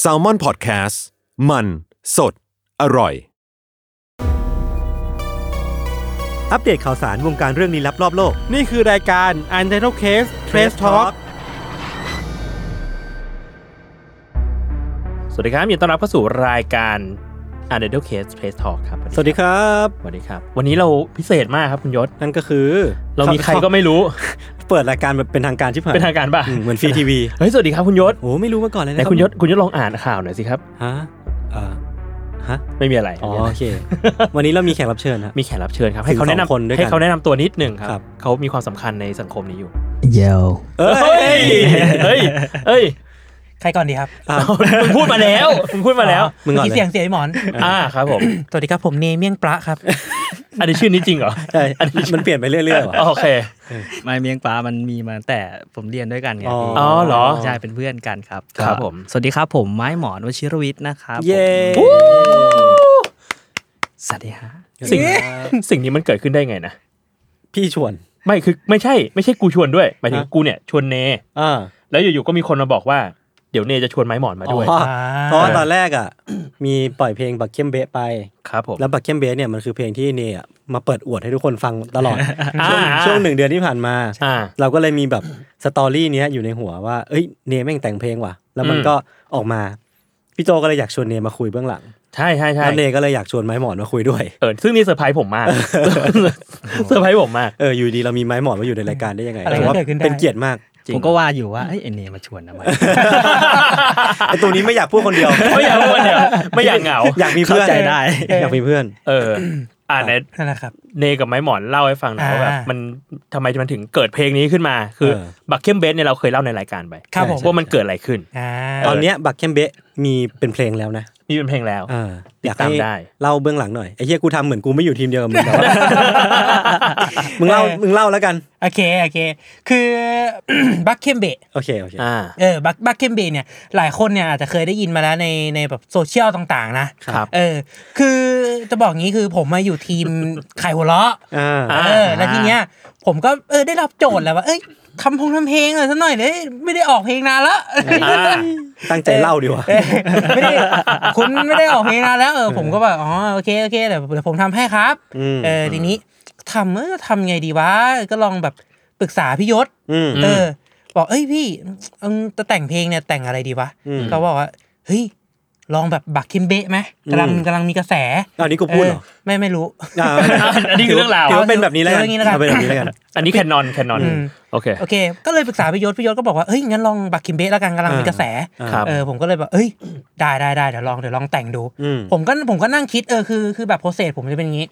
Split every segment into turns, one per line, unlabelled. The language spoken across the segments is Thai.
แซลมอนพอดแคสต์มันสดอร่อย
อัปเดตข่าวสารวงการเรื่องลี้ลับรอบโลก
นี่คือรายการ u n t i t l e d Case Trace Talk สวัสดีครับยินดีต้อนรับเข้าสู่รายการ u n t i t l e d Case Trace Talk ครับ
สวัสดีครับ
สวัสดีครับ วันนี้เราพิเศษมากครับคุณยศ
นั่นก็คือ
เรามีใครก็ไม่รู้
เปิดรายการแบบเป็นทางการชิบหาย
เป็นทางการป่ะ
อืมเหมือนฟรีทีวี
เฮ้ย สวัสดีครับคุณยศ
โอ้ไม่รู้มาก่อนเลย
ไหน
นะรับ
คุณยศคุณยศลองอ่านข่าวหน่อยสิครับ
ฮะเอ่อฮะ
ไม่มีอะไร
อ๋อ
ไม่มีะไร
โอเค วันนี้เรามีแขกรับเชิญฮะ
มีแขกรับเชิญครับ ให้เขา
ถึงสอง
แนะ
คนด้ว
ำ
นยกัน
ให้เขาแนะนำตัวนิดหนึ่งค
ครั
รับ
บ
เขามีความสำคัญในสังคมนี้อยู่
เยล
เอ้
เฮ้
ย
ย เฮ้ย เฮ้ย
ใครก่อนดีครับ
อ่ะ
มึงพูดมาแล้วมึงพูดมาแล้ว
มึงก่อนเลย
เสียงเสียงไอ้หมอน
อ่าครับผม
สวัสดีครับผมเนเมี่ยงปลาครับ
อันนี้ชื่อนี้จริงเหรอ
ใช่มันเปลี่ยนไปเรื่อยๆว่ะ
โอเค
ไม่เมียงปลามันมีมาตั้งแต่ผมเรียนด้วยกันไง
อ๋อ
พี่
อ๋อเหรอ
ใช่ เป็นเพื่อนกันครับ
ครับ
ก็
ผม
สวัสดีครับผมไม้หมอนวชิรวิทย์นะครับ
เย้
ผมสวัสดีฮะ
สิ่งสิ่งนี้มันเกิดขึ้นได้ไงนะ
พี่ชวน
ไม่คือไม่ใช่ไม่ใช่กูชวนด้วยหมายถึงกูเนี่ยชวนเน
อ่า
แล้วอยู่ๆก็มีคนมาบอกว่า เดี๋ยวเนจะชวนไม้หมอนมาด้วย
อ๋อเพราะว่าตอนแรกอ่ะ มีปล่อยเพลงบักเข้มเบะไป
ครับผม
แล้วบักเข้มเบสเนี่ยมันคือเพลงที่เนยอ่ะมาเปิดอวดให้ทุกคนฟังตลอด
อ่า
ช่วง
อ่า
ช่วงหนึ่งเดือนที่ผ่านมา
อ่า
เราก็เลยมีแบบสตอรี่เนี้ยอยู่ในหัวว่าเอ้ยเนยแม่งแต่งเพลงว่ะ แล้วมัน
อืม
ก็ออกมา พี่โจก็เลยอยากชวนเนยมาคุยเบื้องหลัง
ใช่ใช่ใช่
แล้วเนยก็เลยอยากชวนไม้หมอนมาคุยด้วย
เออซึ่งนี่เซอร์ไพรส์ผมมากเซอร์ไพรส์ผม มาก
เอออยู่ดีเรามีไม้หมอนมาอยู่ในรายการได้ยังไง
อะไรก็
แต่ว่า
เกิดขึ้นได้
เป็นเกียรติมาก
จริง
ผมก็ว่าอยู่ว่าเอ้ยไอ้เนมาชวนทำไม
ไอตัวนี้ไม่อยากพูดคนเดียว
ไม่อยากพูดเดี๋ยวไม่อยากเหงา
อยากมีเพื่อน
เข้าใจได้
อยากมีเพื่อน
เออ อ่าเน
นั่นแหละครับ
เนกับไม้หมอนเล่าให้ฟังหน่อยว่าแบบ
อ่ามั
มันทำไมมันถึงเกิดเพลงนี้ขึ้นมา คือ
เออ
บักเข้มเบสเนี่ยเราเคยเล่าในรายการไป
ครับผม
ว่ามันเกิดอะไรขึ้น
อ่า
ตอนเนี้ยบักเข้มเบะมีเป็นเพลงแล้วนะ
มีเป็นเพลงแล้ว
เอออยาก
ติดตาม
ให้
ได้
เล่าเบื้องหลังหน่อยไอ้เฮียกูทำเหมือนกูไม่อยู่ทีมเดียวกับมึงแต่ว่า มึงเล่ามึงเล่าแล้วกัน
โอเคโอเค คือ บักเคมเบะ
โอเคโอเค
อ่า
เออบักบักเคมเบะเนี่ยหลายคนเนี่ยอาจจะเคยได้ยินมาแล้วในในแบบโซเชียลต่างๆ นะครับ เออ คือจะบอกงี้คือผมมาอยู่ที ม ไข่หัวเราะ
อ่า
เออแล้วทีเนี้ยผมก็เออได้รับโจทย์แหล้วว่าเอ้ยทำพงทำเพลงเลยสักหน่อยเลยไม่ได้ออกเพลงนานละ
ตั้งใจเล่าดีกว่า
เอ้ยไม่ได้คุณไม่ได้ออกเพลงนานแล้วเออผมก็แบบอ๋อโอเคโอเคเดี๋ยวเดี๋ยวผมทำให้ครับ
อืม
เออทีนี้ทำเออทำไงดีวะก็ลองแบบปรึกษาพี่ยศ
อืม
เออ บอกเอ้ยพี่เอิ่มจะแต่งเพลงเนี่ยแต่งอะไรดีวะ
อืม
เขาบอกว่าเฮ้ยลองแบบบักคิมเบะไหมกำลังกำลังมีกระแส
อันนี้กูพูดเหรอ
เออไม่ไม่รู้
อ่า
อันนี้คือเรื่องราว
ถือว่าเป็นแบบนี้แล้วกั
ถือว่าอย่างนี้แล้วกั
เอา
น
เป็นแบบนี้แล้วกัน
อันนี้แคนนอนแคนนอน
อืม
โอเค
โอเค ก็เลยปรึกษาพี่ยศพี่ยศก็บอกว่าเฮ้ยงั้นลองบักคิมเบะแล้วกันกำลังมีกระแส
ครับ
เออผมก็เลยแบบเอ้ยได้ได้ได้เดี๋ยวลองเดี๋ยวลองแต่งดู
อืม
ผมก็ผมก็นั่งคิดเออคือคือแบบโปรเซสผมจะเป็นอย่างนี้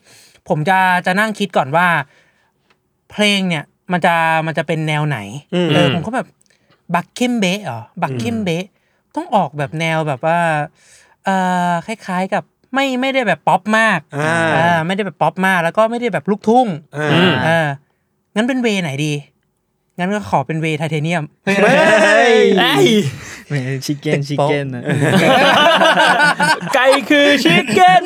ผมจะจะนั่งคิดก่อนว่า เพลงเนี่ยมันจะมันจะเป็นแนวไหน
อืม
เออผมก็แบบบักเข้มเบะเหรอบักเข้มเบะต้องออกแบบแนวแบบว่าเออคล้ายๆกับไม่ไม่ได้แบบป๊อปมาก
อ่า
เออไม่ได้แบบป๊อปมากแล้วก็ไม่ได้แบบลูกทุ่ง
อ่า
อืม
เอองั้นเป็นเวไหนดี งั้นก็ขอเป็นเวไทเทเนียม
เฮ้ย
ชิคเก้นชิคเก้นนะ
ไก่คือชิคเก้น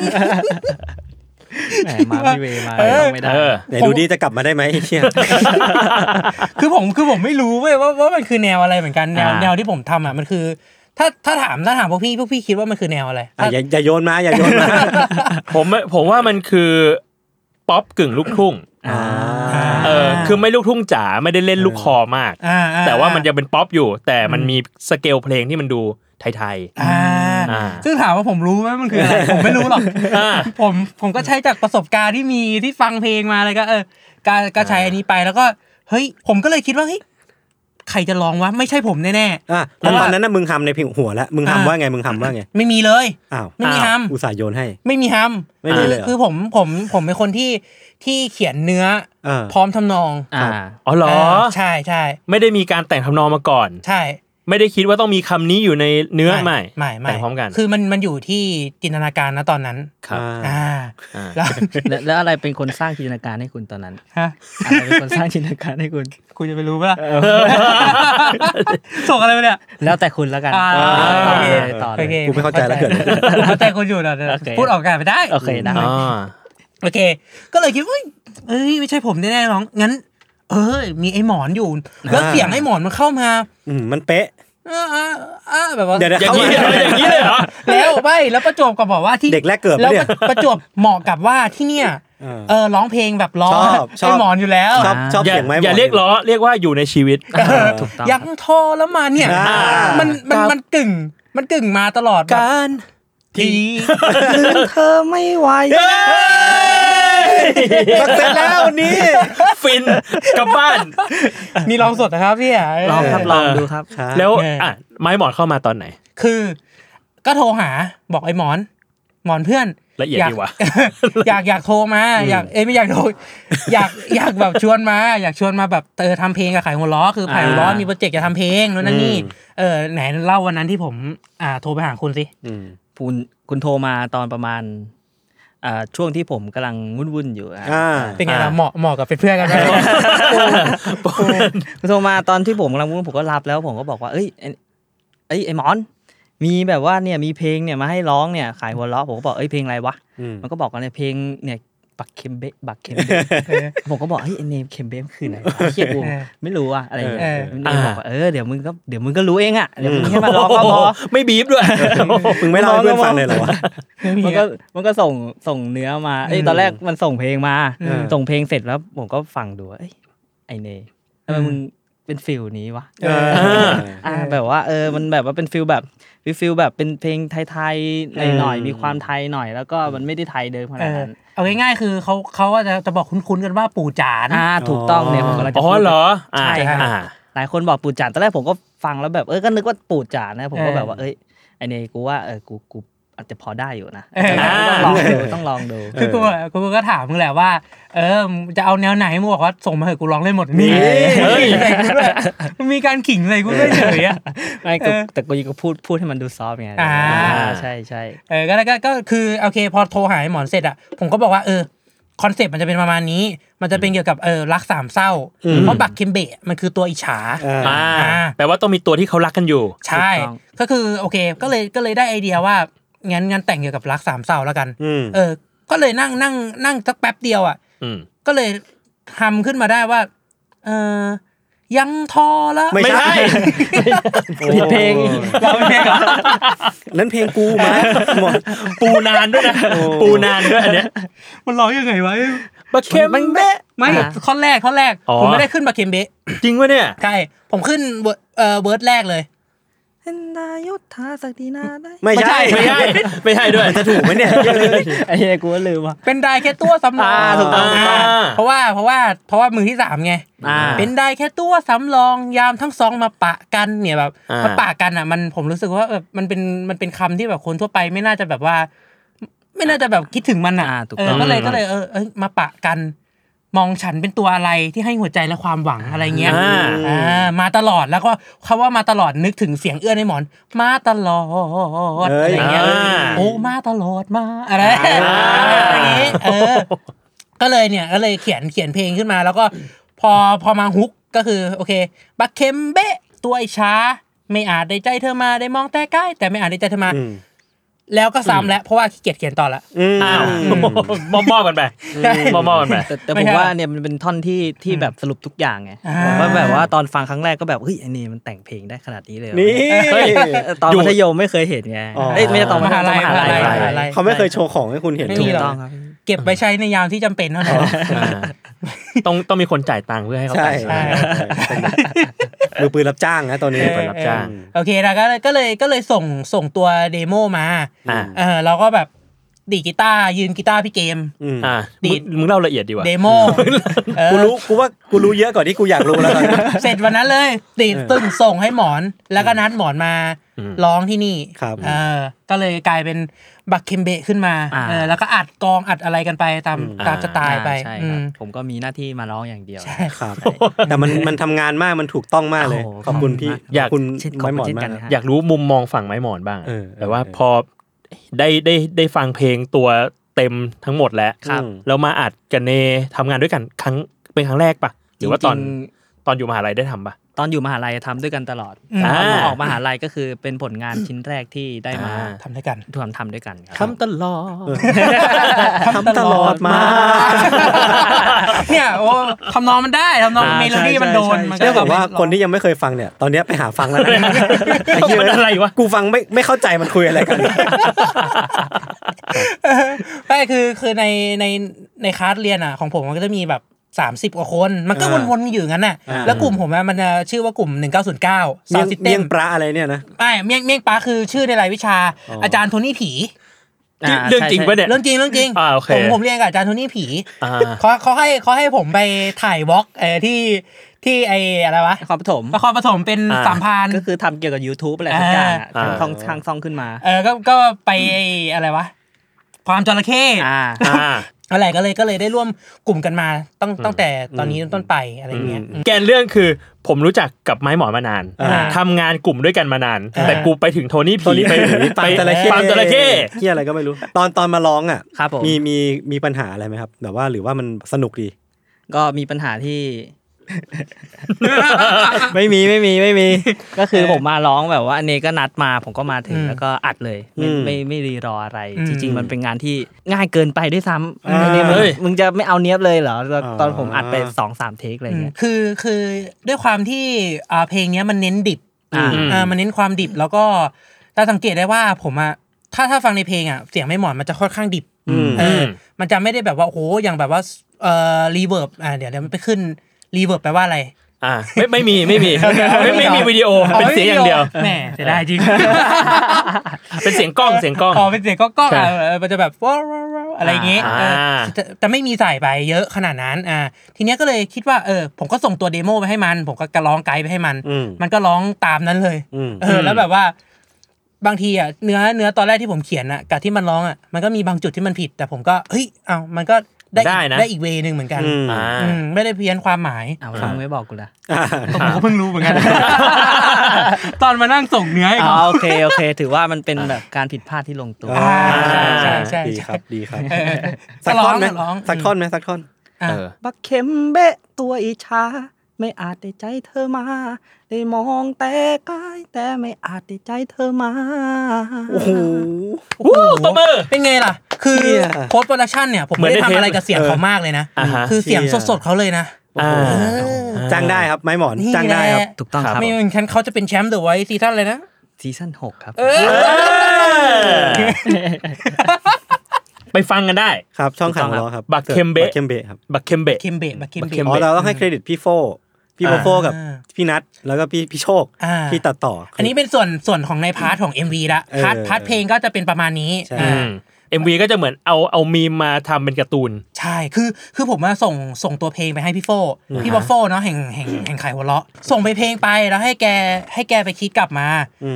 แหมมาไม่เวมาต้องไม่ได้
เออ
ไหนดูดิจะกลับมาได้ไหมไอ้เชี่ย
คือผมคือผมไม่รู้เว้ยว่าว่ามันคือแนวอะไรเหมือนกันแนว
อ่า
แนวที่ผมทำอ่ะมันคือ ถ้าถ้าถามถ้าถามพวกพี่พวกพี่คิดว่ามันคือแนวอะไร
อ่ะอย่าอย่าโยนมาอย่าโยนมา
ผมผมว่ามันคือป๊อปกึ่งลูกทุ่ง
อ่า
เออคือไม่ลูกทุ่งจ๋าไม่ได้เล่นลูกคอมาก
อ่าอ่
แต่ว่ามันยังเป็นป๊อปอยู่ แต่มันมีสเกลเพลงที่มันดู ไทย
อ่า
อ่า
ซึ่งถามว่าผมรู้ไหมมันคืออะไร ผมไม่รู้หรอก ผมผมก็ใช้จากประสบการณ์ที่มีที่ฟังเพลงมาอะไรก็ เออก็ก็ใช้อันนี้ไปแล้วก็ เฮ้ย ผมก็เลยคิดว่าเฮ้ยใครจะลองวะไม่ใช่ผมแน่
อ่ะแล้วตอนนั้นน่ะมึงทำในผิวหัวแล้วมึง
อ่า
ทำว่าไงมึงทำว่าไง
ๆไม่มีเลย
อ้าว
ไม่มี
อ้าว
ทำ
อุตส่าห์โยนให้
ไม่มีฮัม
ไม่มีเลยเหรอ
คือผมผมผมเป็นคนที่ที่เขียนเนื้อ
เออ
พร้อมทำนอง
อ่า
อ๋อเหรอ
าใช่ใช่
ไม่ได้มีการแต่งทำนองมาก่อน
ใช่
ไม่ได้คิดว่าต้องมีคำนี้อยู่ในเนื้อใหม่
ไม่ไม่
แต่งพร้อมกัน
คือมันมันอยู่ที่จินตนาการนะตอนนั้น
ครับ
อ่า
อ่า
แล้ว
แล้วแล้วอะไรเป็นคนสร้างจินตนาการให้คุณตอนนั้น
ฮะ
อะไรเป็นคนสร้างจินตนาการให้คุณ
คุณจะไปรู้ ปะล่ะ ส่งอะไรไปเนี่ย
แล้วแต่คุณแล้วกัน
อ่า
ต่อ
โอเค
เลยต่อเลย
กูไม่เข้าใจแล้วเกิดอะไรขึ้น
เข้าใจคุณอยู่นะเดี๋ยว
โอเค
พูดออกอากาศไปได้
โอเคนะ
อ่า
โอเค ก็เลยคิดว่าเอ้ยเอ้ยไม่ใช่ผมแน่ๆน้องงั้น เอ้ยมีไอ้หมอนอยู่ แล้วเสียงไอ้หมอนมันเข้ามา
อืมมันเป๊ะ
เออเออเออแบบว่า
เดี๋ยว
อ
เดี๋ยว
ย่าง
เข้า
นี้
มา
เลยอย่างนี้เลยเหรอ
แล้วไม่แล้วประจวบก็บอกว่าที่
เด็กแรกเกิดปะ
แล้ว
เนี่ย
ประจวบเหมาะกับว่าที่เนี่ย
เออ
เออร้องเพลงแบบร้อง
ชอบชอบ
ไอ้หมอนอยู่แล้ว
ชอบชอบ
อย่า
เสียงไหม
อย่าเรียกล้อเรียกว่าอยู่ในชีวิต
เออ
ถูกต้อง
ยังทอแล้วมาเนี่ย
อ่า
มันมันมันกึ่ง มันกึ่งมาตลอดแบบ
การ
ที
ลืมเธอไม่ไหว
สักเสร็จแล้ววันนี้
ฟินกลับบ้าน
นี่ร้องสดนะครับพี่อะ
ลองครับ ลองดูครับ
แล้วอ่ะไม้หมอนเข้ามาตอนไหน
คือ ก็โทรหาบอกไอ้หมอน หมอนเพื่อน
ละเอียด
าก
ดีว่ะ
อยากอย ากโทรมาอยากเอ้ยไม่อยากโทร อยากอยากแบบชวนมา อยากชวนมาแบบเออทำเพลงกับขายหัวล้อคือขายหัวล้อมีโปรเจกต์จะทำเพลงนู้นนั่นนี่
อืม
เออไหนเล่าวันนั้นที่ผมอ่าโทรไปหาคุณสิ
อืม
คุณคุณโทรมาตอนประมาณอ่าช่วงที่ผมกำลังวุ่นๆอยู่อะ
อ่า
เป็นไงล่ะ
อ่า
เหมาะเหมาะกับเป็นเพื่อนกันไหม
คุณโทรมาตอนที่ผมกำลังวุ่นผมก็รับแล้วผมก็บอกว่า เอ้ยไอ้เอ้ยไอ้หมอน มีแบบว่าเนี่ยมีเพลงเนี่ยมาให้ร้องเนี่ยขายหัวเราะผมก็บอกเอ้ยเพลงอะไรวะ
อืม
มันก็บอกว่าเนี่ยเพลงเนี่ยบักเคมเบะบักเคมเบะผมก็บอกเฮ้ยไอ้เนมเคมเบะมันคืออะไรวะเฮียกู
เออ
ไม่รู้อะอะไรอย่างเงี้ย
เออ
เนมบอกว่าเออเดี๋ยวมึงก็เดี๋ยวมึงก็รู้เองอะเดี๋ยวมึงแค่มาร้องก็
โอ้
พ
โห
อ
ไม่บีบด้วย
มึงไม่เล่าให้เพื่อนฟังเลยเหรอวะ
มันก็มันก็ส่งส่งเนื้อมาเอ้ยตอนแรกมันส่งเพลงมา
อืม
ส่งเพลงเสร็จแล้วผมก็ฟังดูว่าเอ้ยไอเนยทำไมมึงเป็นฟิลนี้วะ
เออ
อ่าแบบว่าเออมันแบบว่าเป็นฟิลแบบฟิลฟิลแบบเป็นเพลงไทยๆหน่อยหน่อย
อืม
มีความไทยหน่อย แล้วก็มันไม่ได้ไทยเดิมข
เอ
นา
อ
ดนั้น
เอาง่ายๆคือเขาเขาก็จะจะบอกคุ้นๆกันว่าปู่จาน
อ่าถูกต้องเนี่ยผมกำลังจะ
อ๋อ
พูด
เหรอ
ใช่
อ่า
ครับ
อ่า
หลายคนบอกปูดจานตอนแรกผมก็ฟังแล้วแบบเออก็นึกว่าปูดจานนะผมก็
เออ
แบบว่าเอ้ยไอเนยกูว่าเออกูกูอาจจะพอได้อยู่นะ
เออ
ต้องลองดูต้องลองดู
คือกูอะกูก็ถามมึงแหละว่า เออมึงจะเอาแนวไหนมึงบอกว่าส่งมาเหอะกูร้องเล่นหมดมี
เฮ้ย
ขิงใส่กูด้วยมันมีการขิงใส่กูด้วยเฉยอะ
ไม่
เอ
ก็
อ
แต่กูยังก็พูดพูดให้มันดูซอฟต์ไง
อ่า
อ่าใช่ใช่
เออก็ก็ก็คือโอเคพอโทรหาไอ้หมอนเสร็จอะผมก็บอกว่าเออคอนเซปต์มันจะเป็นประมาณนี้ มันจะเป็นเกี่ยวกับเออรักสามเศร้า เพราะบักเคมเบะมันคือตัวอิจฉา
เออ
อ่า
อ่า
แปลว่าต้องมีตัวที่เขารักกันอยู่
ใช่ ก็คือโอเค ก็เลยก็เลยได้ไอเดียว่างั้นงั้นแต่งเกี่ยวกับรักสามเศร้าแล้วกัน
อืม
เออ ก็เลยนั่งนั่งนั่งสักแป๊บเดียวอะ
อืม
ก็เลยทำขึ้นมาได้ว่า เออยังทอแล้ว
ไม่ใช่
ผิดเพลง
เราไม่ได้เหรอ
นั่นเพลงกูมาหมด
ปูนานด้วยนะ ปูนานด้วยอันเนี้ย
มันร้องยังไงวะ
บักเค็มเบะ
ไม่ข้อแรกข้อแรก
อ๋อ
ผมไม่ได้ขึ้นบาเคมเบะ
จริงวะเนี่ย
ใช่ผมขึ้นเวอร์เอ่อเวิร์ดแรกเลย
เป็นนายกทาสักดีนาได้
ไม่ใช่
ไม่ใช่ไม่ใช่ด้วย
จะถูกไหมเนี่ย
ไอ้เหี้ยกูก็ลืมว่ะ
เป็นได้แค่ตัวสำรอง
อ่าถูกต้องถูกต้อง
อ่าเพราะว่าเพราะว่าเพราะว่ามือที่สามไง
อ่า
เป็นได้แค่ตัวสำรองยามทั้งสองมาปะกันเนี่ยแบบ
อ่าม
มาปะกันอ่ะ มันผมรู้สึกว่าแบบมันเป็นมันเป็นคำที่แบบคนทั่วไปไม่น่าจะแบบว่า ไม่น่าจะแบบคิดถึงมันอ่ะ
อ่าถูก
เอ
ต้
อ
อง
ก็เลยก็เลยเออเอ้ยมาปะกัน มองฉันเป็นตัวอะไรที่ให้หัวใจและความหวังอะไรเงี้ย
อ่า
อ่ามาตลอดแล้วก็คำว่ามาตลอดนึกถึงเสียงเอื้อนในหมอน มาตลอด
เอ้ย
อะไรเงี้ย
อ่า
โอ้มาตลอดมาอะไรอย่างงี้เออ ก็เลยเนี่ยก็เลยเขียนเขียนเพลงขึ้นมา แล้วก็พอพอมาฮุกก็คือ โอเคบักเข็มเบะตัวไอ้ช้า ไม่อาจได้ใจเธอมาได้มองแต่ใกล้ แต่ไม่อาจได้ใจเธอมา
อืม
แล้วก็ซ้ำแล้วเพราะว่าขี้เกียจเขียนต่อละ
อืม
อ้าวมอมอๆกันไปมอมอๆกันไป
แต่แต่
ไม่
ผม
ใช่
ว่าเนี่ยมันเป็นท่อนที่ที่แบบสรุปทุกอย่างไง
อ่า
ผมว่าแบบว่าตอนฟังครั้งแรกก็แบบเฮ้ยไอ้นี่มันแต่งเพลงได้ขนาดนี้เลยเหรอ
นี่
เฮ้ยตอนมัธยมไม่เคยเห็นไง
อ๋อ
เอ้ยไม่ใช่ตอนมัธยมตอนมหาลัย
มหาลัย
มหาลัย
มหาลัย
เขาไม่เคยโชว์ของให้คุณเห็น
ไม่
ถู
มี
ก
หร
ต้องครับ
เก็บไว้ใช้ในยามที่จำเป็นเท่านั้น
อ่าต้องต้องมีคนจ่ายตังค์เพื่อให้เขา
ใช่
แต่ง
ใช่
ใช่ไหม
เป็นมือปืนรับจ้างนะตอนนี้
มือปืนรับจ้าง
โอเคนะก็เลยก็เลยก็เลยส่งส่งตัวเดโมมา
อ่า
เออเราก็แบบดีดกีตาร์ยืนกีตาร์พี่เกม
อืม
อ่า
ดี
มึง
ด
มึงเล่าละเอียดดีกว่า
เดโมเออ
กูรู้กูว่ากูรู้เยอะกว่าที่กูอยากรู้แล้วตอนนี้
เสร็จวันนั้นเลยดีด
เออ
ตึงส่งให้หมอนแล้วก็นัดหมอนมา
อืม
ร้องที่นี่
ครับ
เออก็เลยกลายเป็นบักเคมเบะขึ้นมา
อ่า
เออแล้วก็อัดกลองอัดอะไรกันไปตาม
อืม
ตามสไตล์ไป
ใช่
อื
ครับ
ม
ผมก็มีหน้าที่มาร้องอย่างเดียว
ครับ แต่มันมันทำงานมากมันถูกต้องมากเลย
โอ้โห
ขอบคุณพี่
อยาก
ขบคุณ
เช่นขอบคุณ
ไม้หมอน
เช่นกั
มาก
นครับ
อยากรู้มุมมองฝั่งไม้หมอนบ้างอะ
เออ
แต่ว่า
เออ
พอได้ได้ได้ฟังเพลงตัวเต็มทั้งหมดแล้ว
ครับ
แล้วมาอัดกันเนทำงานด้วยกันครั้งเป็นครั้งแรกปะหรือว่าตอน
จง
ตอนอยู่มหาลัยได้ทำปะ
ๆตอนอยู่มหาลัยทำด้วยกันตลอด
อืม
ตอน
อ่า
ออกมหาลัยก็คือเป็นผลงานชิ้นแรกที่ได้มา
ทำด้วยกัน
ทำทำด้วยกันครับ
ทำตลอด
ทำตลอดมา
เนี่ยโอ้ทำนองมันได้ทำนอง
อ่า
เมโลดี้มันโดนมันก็
เรียก
ล
ว่ายว่า
เป็
คนที่ยังไม่เคยฟังเนี่ย ตอนเนี้ยไปหาฟังแล้วนะไอ้เหี้ย
มันอะไรวะ
กูฟังไม่ไม่เข้าใจมันคุยอะไรกัน
ไม่คือคือในในในคลาสเรียนอ่ะของผมมันก็จะมีแบบ 30กว่าคนมันก็
อ่า
วนๆอยู่อย่างนั้นน่ะ
อ่า
แล้วกลุ่มผมอะมันจะชื่อว่ากลุ่ม 1909ซา
เมี่ยง
ซิสเต็
เมี่ย
ม
งปลาอะไรเนี่ยนะ
ไอ้เมี่ยงเมี่ยงปลาคือชื่อในรายวิชา อาจารย์โทนี่ผี
อ่า
เรื่องจริงปะเนี่ย
เรื่องจริงเรื่องจริง
อ่าโอเค
ผมผมเรียนกับอาจารย์โทนี่ผี
อ่า
เขาเขาให้เขาให้ผมไปถ่ายวอล์กเออที่ที่ไออะไรวะ
นครปฐม
นครปฐมเป็น
อ่า
สามพราน
ก็คือทำเกี่ยวกับ YouTube อะไรสักอย่างอะ
อ่า
ทางช่องทางช่องขึ้นมา
เออก็ก็ไปไอ้อะไรวะ ความจระเข้
อ่า
อ่า
อะไรก็เลยก็เลยได้ร่วมกลุ่มกันมาตั้งตั้งแต่ตอนนี้เป็นต้นไปอะไรอย่างเงี้ย
แกนเรื่องคือผมรู้จักกับไม้หมอนมานาน
อ่า
ทำงานกลุ่มด้วยกันมานาน
อ่า
แต่กูไปถึงโทนี่ผีไป
ปา
ไป
ล์มจระเข้
ปาล์มจระเข้
เหี้ยอะไรก็ไม่รู้ ตอนตอนมาร้องอ่ะ
ครับผม
มีมีมีปัญหาอะไรไหมครับแบบว่าหรือว่ามันสนุกดี
ก็มีปัญหาที่
ไม่มีไม่มีไม่มี
ก็คือผมมาร้องแบบว่าอันนี้ก็นัดมาผมก็มาถึง
อืม
แล้วก็อัดเลยไม่
อืม
ไม่ไม่รีรออะไร
อืม
จริง ๆ มันเป็นงานที่ง่ายเกินไปด้วยซ้
อ่า
ำเนี่ยมึง
เฮ้ย
มึงจะไม่เอาเนี้ยบเลยเหรอแล้วตอน
อ๋อ
ผมอัดไปสองสามเทคอะไรเงี้ย
คือคือด้วยความที่อ่าเพลงเนี้ยมันเน้นดิบ
อ่า
อ่ามันเน้นความดิบแล้วก็ถ้าสังเกตได้ว่าผมอะถ้าถ้าฟังในเพลงอะเสียงไม่หมอนมันจะค่อนข้างดิบ
อืม
เออมันจะไม่ได้แบบว่าโอ้โหอย่างแบบว่าเอ่อรีเวิร์บอ่าเดี๋ยวเดี๋ยวมันไปขึ้นรีเวิร์บแปลว่าอะไร
อ่าไม่ไม่มีไม่มี ไม่ไม่มีวิดีโอเป็นเสียงอย่างเดียว
แหมเสียดายจริง
เป็นเสียงกล้องเสียงกล้อง
อ๋อเป็นเสียงกล้องกล้องอ่ะ
ใช่
เออมันจะแบบว้าวๆๆอะไรอย่างงี้
อ่า
เออแต่แต่ไม่มีใส่ไปเยอะขนาดนั้นอ่าทีเนี้ยก็เลยคิดว่าเออผมก็ส่งตัวเดโมไปให้มัน ผมก็กร้องไกด์ไปให้มัน
อืม
มันก็ร้องตามนั้นเลย
อืม
เออแล้วแบบว่า บางทีอ่ะเนื้อเนื้อตอนแรกที่ผมเขียนอ่ะกับที่มันร้องอ่ะมันก็มีบางจุดที่มันผิด แต่ผมก็เฮ้ยเอามันก็ได้อีก
ได้นะ
ได้อีกเวนึงเหมือนกัน
อืม
อ่า
อืมไม่ได้เพี้ยนความหมาย
เอาแล้วมึงไม่บอกกูละ
อ่า
ผมก็เพิ่งรู้เหมือนกัน ตอนมานั่งส่งเนื้อให้
อ๋อ
เขา
โอเคโอเค ถือว่ามันเป็นแบบการผิดพลาดที่ลงตัว
อ่า
ใช่ใช่
ดี
ใช่
ครับดีครับ
เออ
สักท่อนไหม
ก็ร้อง
สักท่อนไหมสักท่อน
อ่ะ
เออ
บักเข็มเบะตัวอิชา ไม่อาจได้ใจเธอมา ได้มองแต่กายแต่ไม่อาจได้ใจเธอมา
โอ้โห
โอ้โหเป็นไงล่ะ คือ
เหี้ย
โค้ดโปรดักชันเนี่ย ผม
เหมือ
ไม่
น
ได้
ใน
ทำอะไร
เทป
กับเสียงเขามากเลยนะ
อ่าฮะ
คือเสียงสดๆเขาเลยนะ
อ่า
จ้างได้ครับไม้หมอน
นี่
จ้างได้ครับ
แหละ
ถูกต้องครับ
ไม่งั้นเขาจะเป็นแชมป์เดอะไวท์ซีซั่นเลยนะ
ซีซั่น6ครับ
ไปฟังกันได้
ครับช่องขังล้อครับ
บักเคมเบะ
บักเคมเบะครับ
บักเคมเบะ
เคมเบะบักเคมเบะ
อ๋อเราต้องให้เครดิตพี่โฟพี่โฟ
อ่า
โฟกับพี่นัทแล้วก็พี่พี่โชค
อ่า
ที่ตัดต่ออั
อันนี้เป็นส่วนส่วนของในพาร์ทของ MV ละพาร์ท
เออ
พาร์ทเพลงก็จะเป็นประมาณนี้
ใช่
อ่า
เอ็มวีก็จะเหมือนเอาเอามีมมาทำเป็นการ์ตูน
ใช่คือคือผมมาส่งส่งตัวเพลงไปให้พี่โฟพี่บอฟโฟเนาะแห่งแห่งแห่งขายหัวเราะ ส่งไปเพลงไปแล้วให้แกให้แกไปคิดกลับมา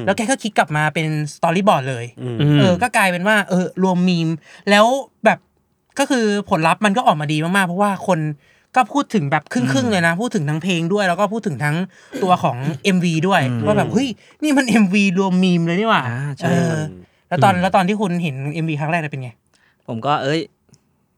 แล้วแกก็คิดกลับมาเป็นสตอรี่บอร์ดเลย
ม
เออ ก็กลายเป็นว่า เออ รวมมีม แล้วแบบก็คือผลลัพธ์มันก็ออกมาดีมากๆ เพราะว่าคนก็พูดถึงแบบครึ่งๆเลยนะ พูดถึงทั้งเพลงด้วย แล้วก็พูดถึงทั้งตัวของ MV ด้วย ว่าแบบ เฮ้ย นี่มัน MV รวมมีมเลยนี่หว่า
อ่าใช่
เออแล้วตอนแล้วตอนที่คุณเห็น MV ครั้งแรกเนี่ยเป็นไง
ผมก็เอ้ย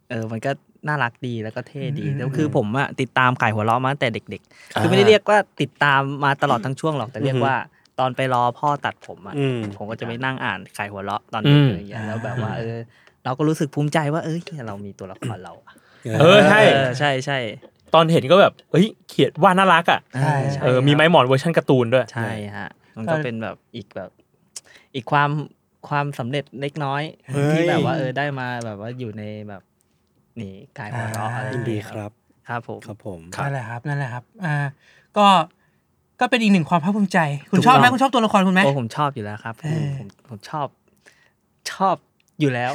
เออ มันก็น่ารักดีแล้วก็เท่ดีแล้วคือผมอะติดตามขายหัวเราะมาตั้งแต่เด็ก ๆ คือไม่ได้เรียกว่าติดตามมาตลอดทั้งช่วงหรอกแต่เรียกว่า ตอนไปรอพ่อตัดผมอะ
อืม
ผมก็จะไปนั่งอ่านขายหัวเราะตอน
อืม
เด็กอะไรอย่างเงี้ยแล้วแบบว่าเออ เราก็รู้สึกภูมิใจว่าเอ้ยเนี่ยเรามีตัวละครเราอะ
เออใช่
เออใช่ใช่
ตอนเห็นก็แบบเฮ้ยเขียนว่าดน่ารักอ่ะ
เอ
ใช่
อใช่
เออมีไม้หมอนเวอร์ชันการ์ตูนด้วย
ใช่ฮะมันก็เป็นแบบอีกแบบ อีกความความสำเร็จเล็กน้อย ที่แบบว่าเออได้มาแบบว่าอยู่ในแบบ นี่กายหัวเราะอะไรอ
ยิ
ย่าน ง
ดี
เงี้ย
ครับ
ครับผม
ครับผม
นั่นแหละครับนั่นแหละครับอ่าก็ก็เป็นอีกหนึ่งความภาคภูมิใจ คุณชอบไหม
ถูกต้อง
คุณชอบตัวละครคุณไหม
โอ้ผมชอบอยู่แล้วครับผม
เออ
ผมผมชอบชอบอยู่แล้ว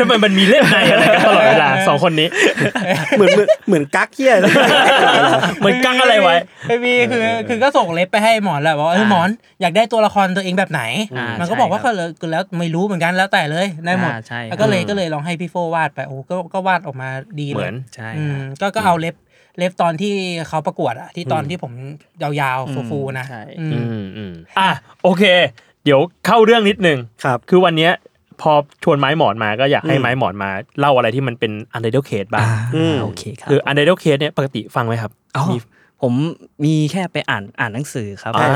ทำไมมันมีเล่นในอะไรกันตลอดเวลาสองคนนี้
เหมือนเหมือนเหมือนกักเฮียเลย
เหมือนกักอะไรไว้
ไม่มีคือคือก็ส่งเล็บไปให้หมอนแหละบอกว่าเออหมอนอยากได้ตัวละครตัวเองแบบไหน
อ่ามั
มันก็บอกว่า
ใช่ครั
ก็
บ
เลยก็แล้วไม่รู้เหมือนกันแล้วแต่เลยได้หมด
อ่าใช่
แล้วก็เลย
ครับ
ก็เลยลองให้พี่โฟวาดไปโอ้ก็ก็วาดออกมาดีลย
เหมือน
ใช่
อื
ค
ม
รับ
ก็ก็เอาเล็บเล็บตอนที่เขาประกวดอะที่ตอนที่ผมยาว
อืม
ๆฟูๆนะ
ใช่
อืม
อืมอืมอ่ะโอเค เดี๋ยวเข้าเรื่องนิดนึง
ครับ
คือวันเนี้ยพอชวนไม้หมอนมาก็อยากให้
อืม
ไม้หมอนมาเล่าอะไรที่มันเป็นอันเดอร์เคสบ้าง
อืม
โอเคครับ
คืออันเดอร์เคสเนี่ยปกติฟังไหมครับ
อ๋อ
มี
ผมมีแค่ไปอ่านอ่านหนังสือครับ
อ่า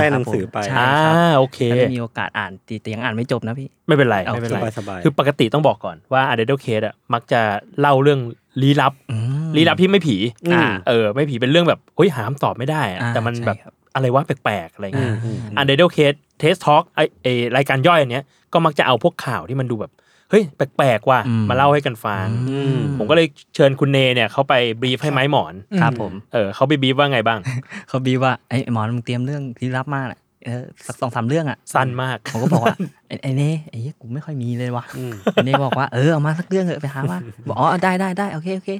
ให้หนังสือไป
ใช่
อ่า
ครับ
โอเค
แล้วได้มีโอกาสอ่านแต่ยังอ่านไม่จบนะพี่
ไม่เป็นไรไม่เป็น
ส
ไร
บายสบาย
คือปกติต้องบอกก่อนว่าอันเดอร์เคสอ่ะมักจะเล่าเรื่องลี้ลับ
อืม
ลี้ลับที่ไม่ผี
อืม
เออ ไม่ผีเป็นเรื่องแบบเฮ้ยหามตอบไม่ได้อะ
อ่า
แต่มันแบบ
ใช่ครับ
อะไรวะแปลกๆอะไรเงี้ย
อืม
อันเดอร์เคสเทสท็อกไอไอ้รายการย่อยอันเนี้ยก็มักจะเอาพวกข่าวที่มันดูแบบ เฮ้ย แปลกๆว่ะ
อืม
มาเล่าให้กันฟัง
อืม
ผมก็เลยเชิญคุณเนเนี่ยเขาไปบรีฟให้ไม้หมอน
ครับผม
เออเขาไปบรีฟว่าไงบ้าง
เขาบีว่าไอ้หมอนมึงเตรียมเรื่องที่รับมากน่ะเออสักสองสามเรื่องอ่ะ
สั้นมาก
ผมก็บอกว่า ไอ้ไอ้เน่ไอ้เหี้ยกูไม่ค่อยมีเลยวะไอ้เน่บอกว่าเออเอามาสักเรื่องเถอะไปหามาบอกอ๋อได้ได้ได้โอเคโอเค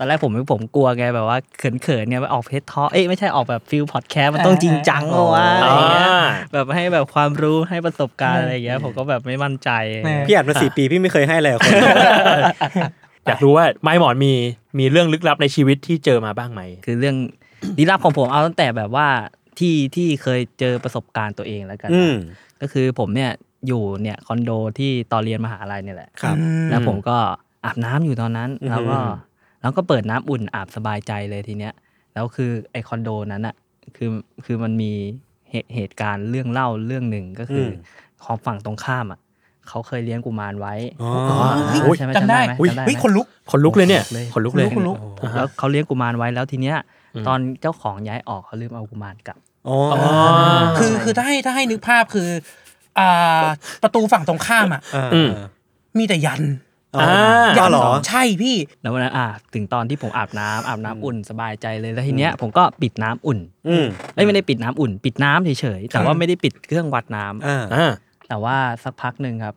ตอนแรกผมผมกลัวไงแบบว่าเขินเขินๆไงไปออกเพจทอเอ้ยไม่ใช่ออกแบบฟิลพอดแคสต์มันต้องจริงจังเหรอวะอะไรเงี้ย
อ่า
แบบให้แบบความรู้ให้ประสบการณ์อะไรเงี้ยผมก็แบบไม่มั่นใจ
แน่
พี่อ่านมาสี่ปีพี่ไม่เคยให้เลยคน
อยากรู้ว่าไม้หมอนมีมีเรื่องลึกลับในชีวิตที่เจอมาบ้างไหม
คือเรื่อง ลี้ลับของผมเอาตั้งแต่แบบว่าที่ที่เคยเจอประสบการณ์ตัวเองแล้วกันนะ
อืม
ก็คือผมเนี่ยอยู่เนี่ยคอนโดที่ตอนเรียนมหาลัยเนี่ยแหละ
ครับ
แล้วผมก็อาบน้ำอยู่ตอนนั้น แล้วก็แล้วก็เปิดน้ำอุ่นอาบสบายใจเลยทีเนี้ยแล้วคือไอคอนโดนั้นอะคือคือมันมีเหตุเหตุการณ์เรื่องเล่าเรื่องหนึ่งก็คืออ
ม
ของฝั่งตรงข้ามอะเขาเคยเลี้ยงกุมารไว้
อ๋อ
อุ๊ย
ใช่หม
จำได้
จำได้ไหม
เฮ้ยคนลุก
คนลุกเลยเนี่ยคนลุกเลย
ขนลุก
แล้วเขาเลี้ยงกุมารไว้แล้วทีเนี้ย
อืม
ตอนเจ้าของย้ายออกเขาลืมเอากุมารกลับ
อ๋อ
อ๋อ
คือคือถ้าให้ถ้าให้นึกภาพคืออ่าประตูฝั่งตรงข้ามอ่ะ
อ่า
อืม
มีแต่ยัน
อ๋อ
ยั
เหรอ
ใช่พี่
แล้ววันนั้นอ่ะถึงตอนที่ผมอาบน้ำอาบน้ำอุ่นสบายใจเลยแล้วทีเนี้ยผมก็ปิดน้ำอุ่น
อืม
เอ้ยไม่ได้ปิดน้ำอุ่น ปิดน้ำเฉยๆแต่ว่าไม่ได้ปิดเครื่องวัดน้ำ
อ่า
อ่า
แต่ว่าสักพักหนึ่งครับ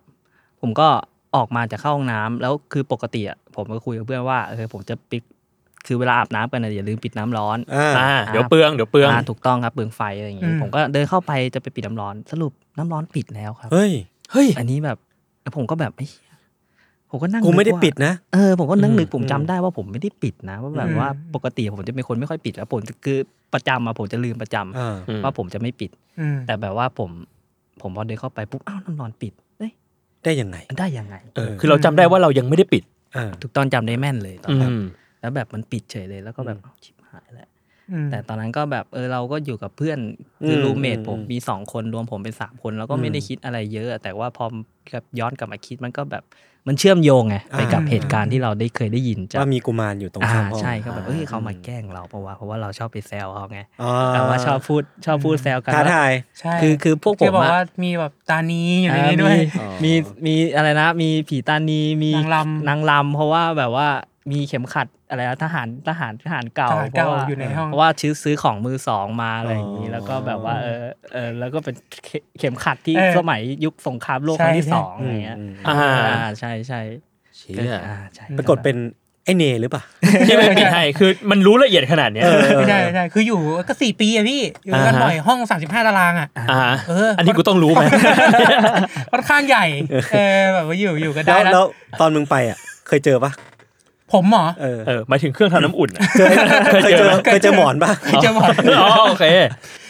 ผมก็ออกมาจากเข้าห้องน้ำแล้วคือปกติอ่ะผมก็คุยกับเพื่อนว่าเออผมจะปิดคือเวลาอาบน้ำกันนะอย่าลืมปิดน้ำร้อน
อ่า
อ่า เดี๋ยวเปลืองเดี๋ยวเปลือง
อ่าถูกต้องครับเปลืองไฟอะไรอย่างงี้
อืม
ผมก็เดินเข้าไปจะไปปิดน้ำร้อนสรุปน้ำร้อนปิดแล้วครับ
เฮ้ย
เฮ้ย
อันนี้แบบผมก็แบบเอ้ยผมก็นั่ง
กูไม่ได้
นึว่า
ปิดนะ
เออผมก็นั่งนึก
อืม
ผมจำได้ว่าผมไม่ได้ปิดนะว่าแบบ
อืม
ว่าปกติผมจะเป็นคนไม่ค่อยปิดแล้วผมคือประจำมาผมจะลืมประจำ
อ่า
ว่าผมจะไม่ปิด
อืม
แต่แบบว่าผมผมพอเดินเข้าไปปุ๊บอ้าวน้ำร้อนปิดเอ้ย
ได้ยังไง
มันได้ยังไง
เออคือเราจำได้ว่าเรายังไม่ได้ปิด
อ่า
ถูกตอนจำได้แม่นเลยตอน
อื
นั้น
ม
แล้วแบบมันปิดเฉยเลยแล้วก็แบบอ้าวชิบหายแล้ว
อืม
แต่ตอนนั้นก็แบบเออเราก็อยู่กับเพื่อนคือ
ม
รูเมท
อืม
ผมมีสองคนรวมผมเป็นสามคน แล้วก็ไม่ได้คิดอะไรเยอะ แต่ว่าพอแบบย้อนกลับมาคิดมันก็แบบมันเชื่อมโยงไงไปกับ
อ่า
เหตุการณ์ที่เราได้เคยได้ยินจาก
ว่ามีกุมารอยู่ตรง
อ่า
ข้ามห้อง
ใช่ก็แบบเอ้ยเขามาแกล้งเราเพราะว่าเพราะว่าเราชอบไปแซวเขาไงแต่ว่าชอบพูดชอบพูดแซวกัน
ท้า
ว่า
ทาย
ใช่
คือคือพวกผ
ที่
ม
บอก
อะ
ว่ามีแบบตานีอยู่ใน
อ่า
นี้ด้ว
มี
ย
มีมีอะไรนะ มีผีตานีมี
นางรำ
นางรำเพราะว่าแบบว่ามีเข็มขัดอะไรนะทหารทหารทหารเก่า
ตาเก่า
พระว่
อยู่ในห้อง
เพราะว่าชื้อซื้อของมือสองมาอะไรอย่างนี้
อ๋อ
แล้วก็แบบว่าเออเออแล้วก็เป็นเขเข็มขัดที่
เออ
สมัยยุคสงครามโลกครั้งที่
ใช่
สองอะไรเงี้ย
อืม
อ่า
อ่าใช่ใช่
เชี่
ก็
ย
อ่าใช่
ปรากฏเป็นไอเนหรือเปล่า
ที่ไม่ปิดให้คือมันรู้ละเอียดขนาดเนี้ย
ไม่ใช่ไม่ใช่คืออยู่ก็สี่ปีอะพี่อยู่กัน
อ่าฮะ
บ่อยห้อง 35 ตารางอะ
อ่า
เอออั
อันนี้กูต้องรู้ไหม
ค่อนข้างใหญ่เออแบบว่าอยู่อยู่กัน
แล้
ได้
ว
แล้
แล้ว วตอนมึงไปอ่ะ เคยเจอปะ
ผมเหรอ
เออ
เออหมายถึงเครื่องทำน้ำอุ่นอะ
เคยเจอ เคยเจอหมอนปะ
เคยเจอบ่อย
อ๋อโอเค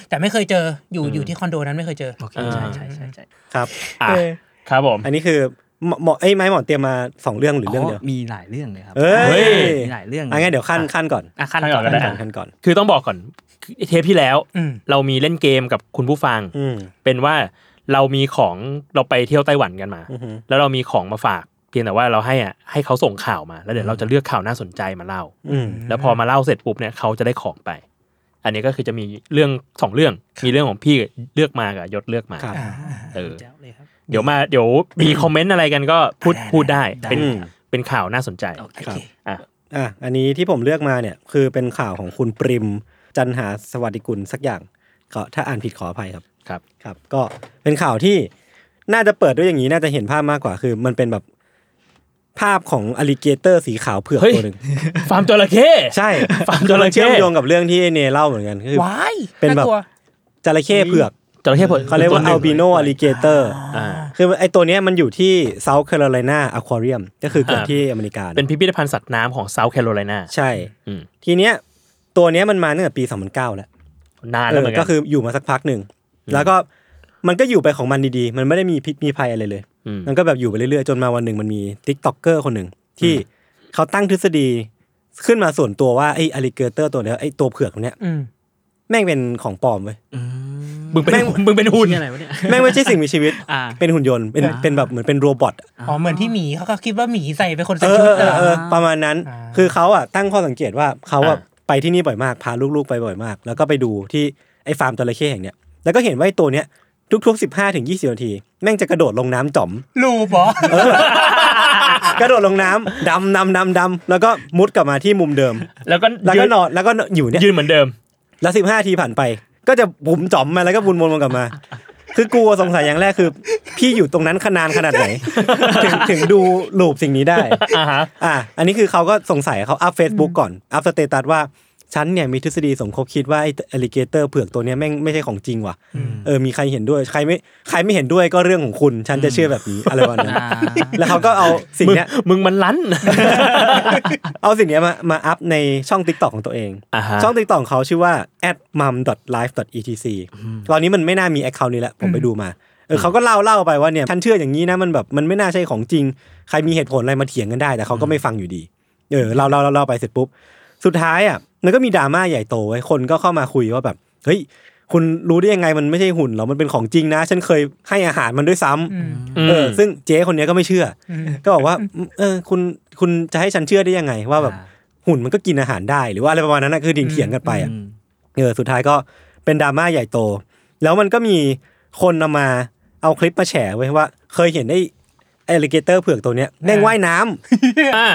แต่ไม่เคยเจออยู่อยู่ที่คอนโดนั้นไม่เคยเจอ
โอเค
อ่า
ใช่ใช่ใช่ใช่
ครับ
อ่ะ
เออ
ครับผม
อันนี้คือหมอหมอไอ้ยไม้หมอนเตรียมมาสองเรื่องหรือเรื่องเดียว
มีหลายเรื่องเลยครับ
เอ้ย
มีหลายเรื่องล
อ่ะงั้นเดี๋ยวขั้นขั้นก่อน
อ่ะขั้น
ขั้นก่
ก่
อ
อน น
ก็ได้
ขั้นก่อนขั้นก่อน
คือต้องบอกก่อนเทปที่แล้ว
อืม
เรามีเล่นเกมกับคุณผู้ฟัง
อืม
เป็นว่าเรามีของเราไปเที่ยวไต้หวันกันมา
อือฮึ
แล้วเรามีของมาฝาก เพียงแต่ว่าเราให้อ่ะให้เขาส่งข่าวมา แล้วเดี๋ยวเราจะเลือกข่าวน่าสนใจมาเล่า
อืม
แล้วพอมาเล่าเสร็จปุ๊บเนี่ยเขาจะได้ของไป อันนี้ก็คือจะมีเรื่องสองเรื่อง มีเรื่องของพี่เลือกมากับยศเลือกมา
ครับ
เออ
แจ๋วเลยครับ
เดี๋ยวมาเดี๋ยวมีคอมเมนต์อะไรกันก็พูดพูดได้เป็นเป็นข่าวน่าสนใจ
ครับ
อ่ะ
อ่ะอันนี้ที่ผมเลือกมาเนี่ยคือเป็นข่าวของคุณปริม จันหาสวัสดิกุลสักอย่างก็ถ้าอ่านผิดขออภัยครับ
ครับ
ครับ ก็เป็นข่าวที่น่าจะเปิดด้วยอย่างนี้น่าจะเห็นภาพมากกว่าคือ มันเป็นแบบภาพของอลิเกเตอร์สีขาวเผือก
เฮ้ย
ตัวหนึ่ง
ฟาร์มจระเข้
ใช่
ฟังจระเข้
มันเชื่อมโยงกับเรื่องที่เนเล่าเหมือนกันคือ
ว้าย
เป็นแบบ
ากลัว
จระเข้เผือก
จระเข้ผื
เขาเรียกว่าอัลบิโนอลิเกเตอร์
อ่า
คือไอตัวเนี้ยมันอยู่ที่เซาท์แคโรไลนาอะควาเรียมก็คือเกิด
อ่า
ที่อเมริกา
เป็นพิพิธภัณฑ์สัตว์น้ำของเซาท์แคโรไลนา
ใช่
อืม
ทีเนี้ยตัวเนี้ยมันมาตั้งแต่ปี 2009 แล้ว
นานแล้วเหมือนกั
ก็
น
คืออยู่มาสักพักหนึ่ง แล้วก็มันก็อยู่ไปของมันดีๆ มันไม่ได้มีพิษมีภัยอะไรเลย
ม
มันก็แบบอยู่ไปเรื่อยๆ จนมาวันหนึ่งมันมีทิกต็อกเกอร์คนหนึ่งที่เขาตั้งทฤษฎีขึ้นมาส่วนตัวว่าไอ้อลิเกเตอร์ตัวเนี้ยไอ้ตัวเผือกตัวเนี้ย
อืม
แม่งเป็นของปลอมเว้ย
มึงเป็น
แม่ง
มึงเป็นหุ่น
นี่อะไรวะเนี่ย
แม่งไม่ใช่สิ่งมีชีวิต
อ่า
เป็นหุ่นยนต์ เป็นเป็นแบบเหมือนเป็นโรบอทอะ
อ๋อเหมือนที่หมีเขาก็คิดว่าหมีใส่เป็นคน
เอ
ใส่
อ
ชุ
เออเอ
ดเหร
อ
อ
เออประมาณนั้น
อ่า
คือเขาอ่ะตั้งข้อสังเกตว่าเขาอ่ะ
อ่า
ไปที่นี่บ่อยมาก พาลูกๆไปบ่อยมาก แล้วก็ไปดูที่ไอ้ฟาร์มจระเข้แห่งเนี้ย แล้วก็เห็นว่าไอ้ตัวเนี้ยทุกๆ 15ถึง20นาที แม่งจะกระโดดลงน้ำจ่อม
รูปเหรอ
กระโดดลงน้ำดำดำดำดำแล้วก็มุดกลับมาที่มุมเดิม
แล้วก็
แล้ว
ยื
ก็
น
นอนแล้วก็อยู่เนี่ย
ยืนเหมือนเดิม
แล้วสิบห้าทีผ่านไป ก็จะบุ๋มจ่อมมาแล้วก็บุนวนวนกลับมา คือกลัวสงสัยอย่างแรกคือ พี่อยู่ตรงนั้นขนานขนาด ไหน ถึงถึงดูลูปสิ่งนี้ได้
อ่าฮะ
อ่ะอันนี้คือเขาก็สงสัยเขาอัพ Facebook ก่อน อัพสเตตัสว่า ฉันเนี่ยมีทฤษฎีสมคบคิดว่าไอ้อลิเกเตอร์เผือกตัวเนี้ยแม่งไม่ใช่ของจริงว่ะเออมีใครเห็นด้วยใครไม่ใครไม่เห็นด้วยก็เรื่องของคุณ ฉันจะเชื่อแบบนี้อะไรประมาณนั้น
อ่า
แล้วเขาก็เอาสิ่ง
มึง
เนี้ย
มึงมันลั้น
เอาสิ่งเนี้ยมามาอัพในช่องติ๊กต็อกของตัวเอง
อ่าฮะ
ช่องติ๊กต็อกของเขาชื่อว่า m u m l i f e e t c ตอนนี้มันไม่น่ามีแอคเคาท์นี้แล้วผมไปดูมาเออเขาก็เล่าเล่าไปว่าเนี่ยฉันเชื่ออย่างนี้นะมันแบบมันไม่น่าใช่ของจริง ใครมีเหตุผลอะไรมาเถียงกันได้ แต่เขาก็ไม่ฟังอยู่ดีเออเล่าเล่าเล่าเล่าไปเสร็จปุ๊บ สุดท้ายอ่ะมันก็มีดราม่าใหญ่โตไว้ยคนก็เข้ามาคุยว่าแบบเฮ้ยคุณรู้ได้ยังไงมันไม่ใช่หุ่นหรอกมันเป็นของจริงนะ ฉันเคยให้อาหารมันด้วยซ้ำ เออซึ่งเจ๊คนเนี้ยก็ไม่เชื่ออก็บอกว่าเออคุณคุณจะให้ฉันเชื่อได้ยังไง ว่าแบบ
อ่า
หุ่นมันก็กินอาหารได้หรือว่าอะไรประมาณนั้นนะคือดิ่งเถียงกันไปอ่ะ
อืม
เออสุดท้ายก็เป็นดราม่าใหญ่โต แล้วมันก็มีคนนามาเอาคลิปมาแฉไว้ว่า เคยเห็นไอ้ไอลิเกเตอร์เผือกตัวเนี้ยแม่งว่ายน้ำ
อ่า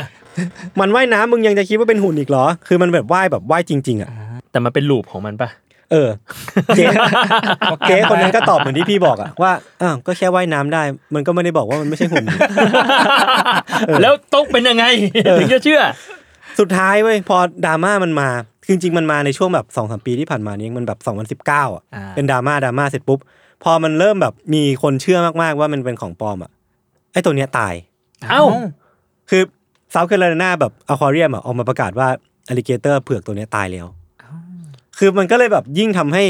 มันว่ายน้ำมึงยังจะคิดว่าเป็นหุ่นอีกเหรอ คือมันแบบว่ายแบบว่ายจริง ๆอ่ะ
แต่มันเป็นลูปของมันปะ
เออเจ๊ เจ๊คนนั้นก็ตอบเหมือนที่พี่บอกอ่ะว่าอ้าวก็แค่ว่ายน้ำได้ มันก็ไม่ได้บอกว่ามันไม่ใช่หุ่น
แล้วต้องเป็นยังไง ถึงจะเชื่อ
สุดท้ายเว้ยพอดราม่ามันมาคือจริงๆมันมาในช่วงแบบ2อสปีที่ผ่านมานี้เองมันแบบ 2019 อ่ะ
อ่า
เป็นดราม่าดราม่าเสร็จปุ๊บ พอมันเริ่มแบบมีคนเชื่อมากๆว่ามันเป็นของปลอมอ่ะไอ้ตัวเนี้ยตาย
เอ้า
คือเซาท์แคโรไลนาแบบอควาเรียมอ่ะออกมาประกาศว่าอลิเกเตอร์เผือกตัวเนี้ยตายแล้ว คือมันก็เลยแบบยิ่งทำให้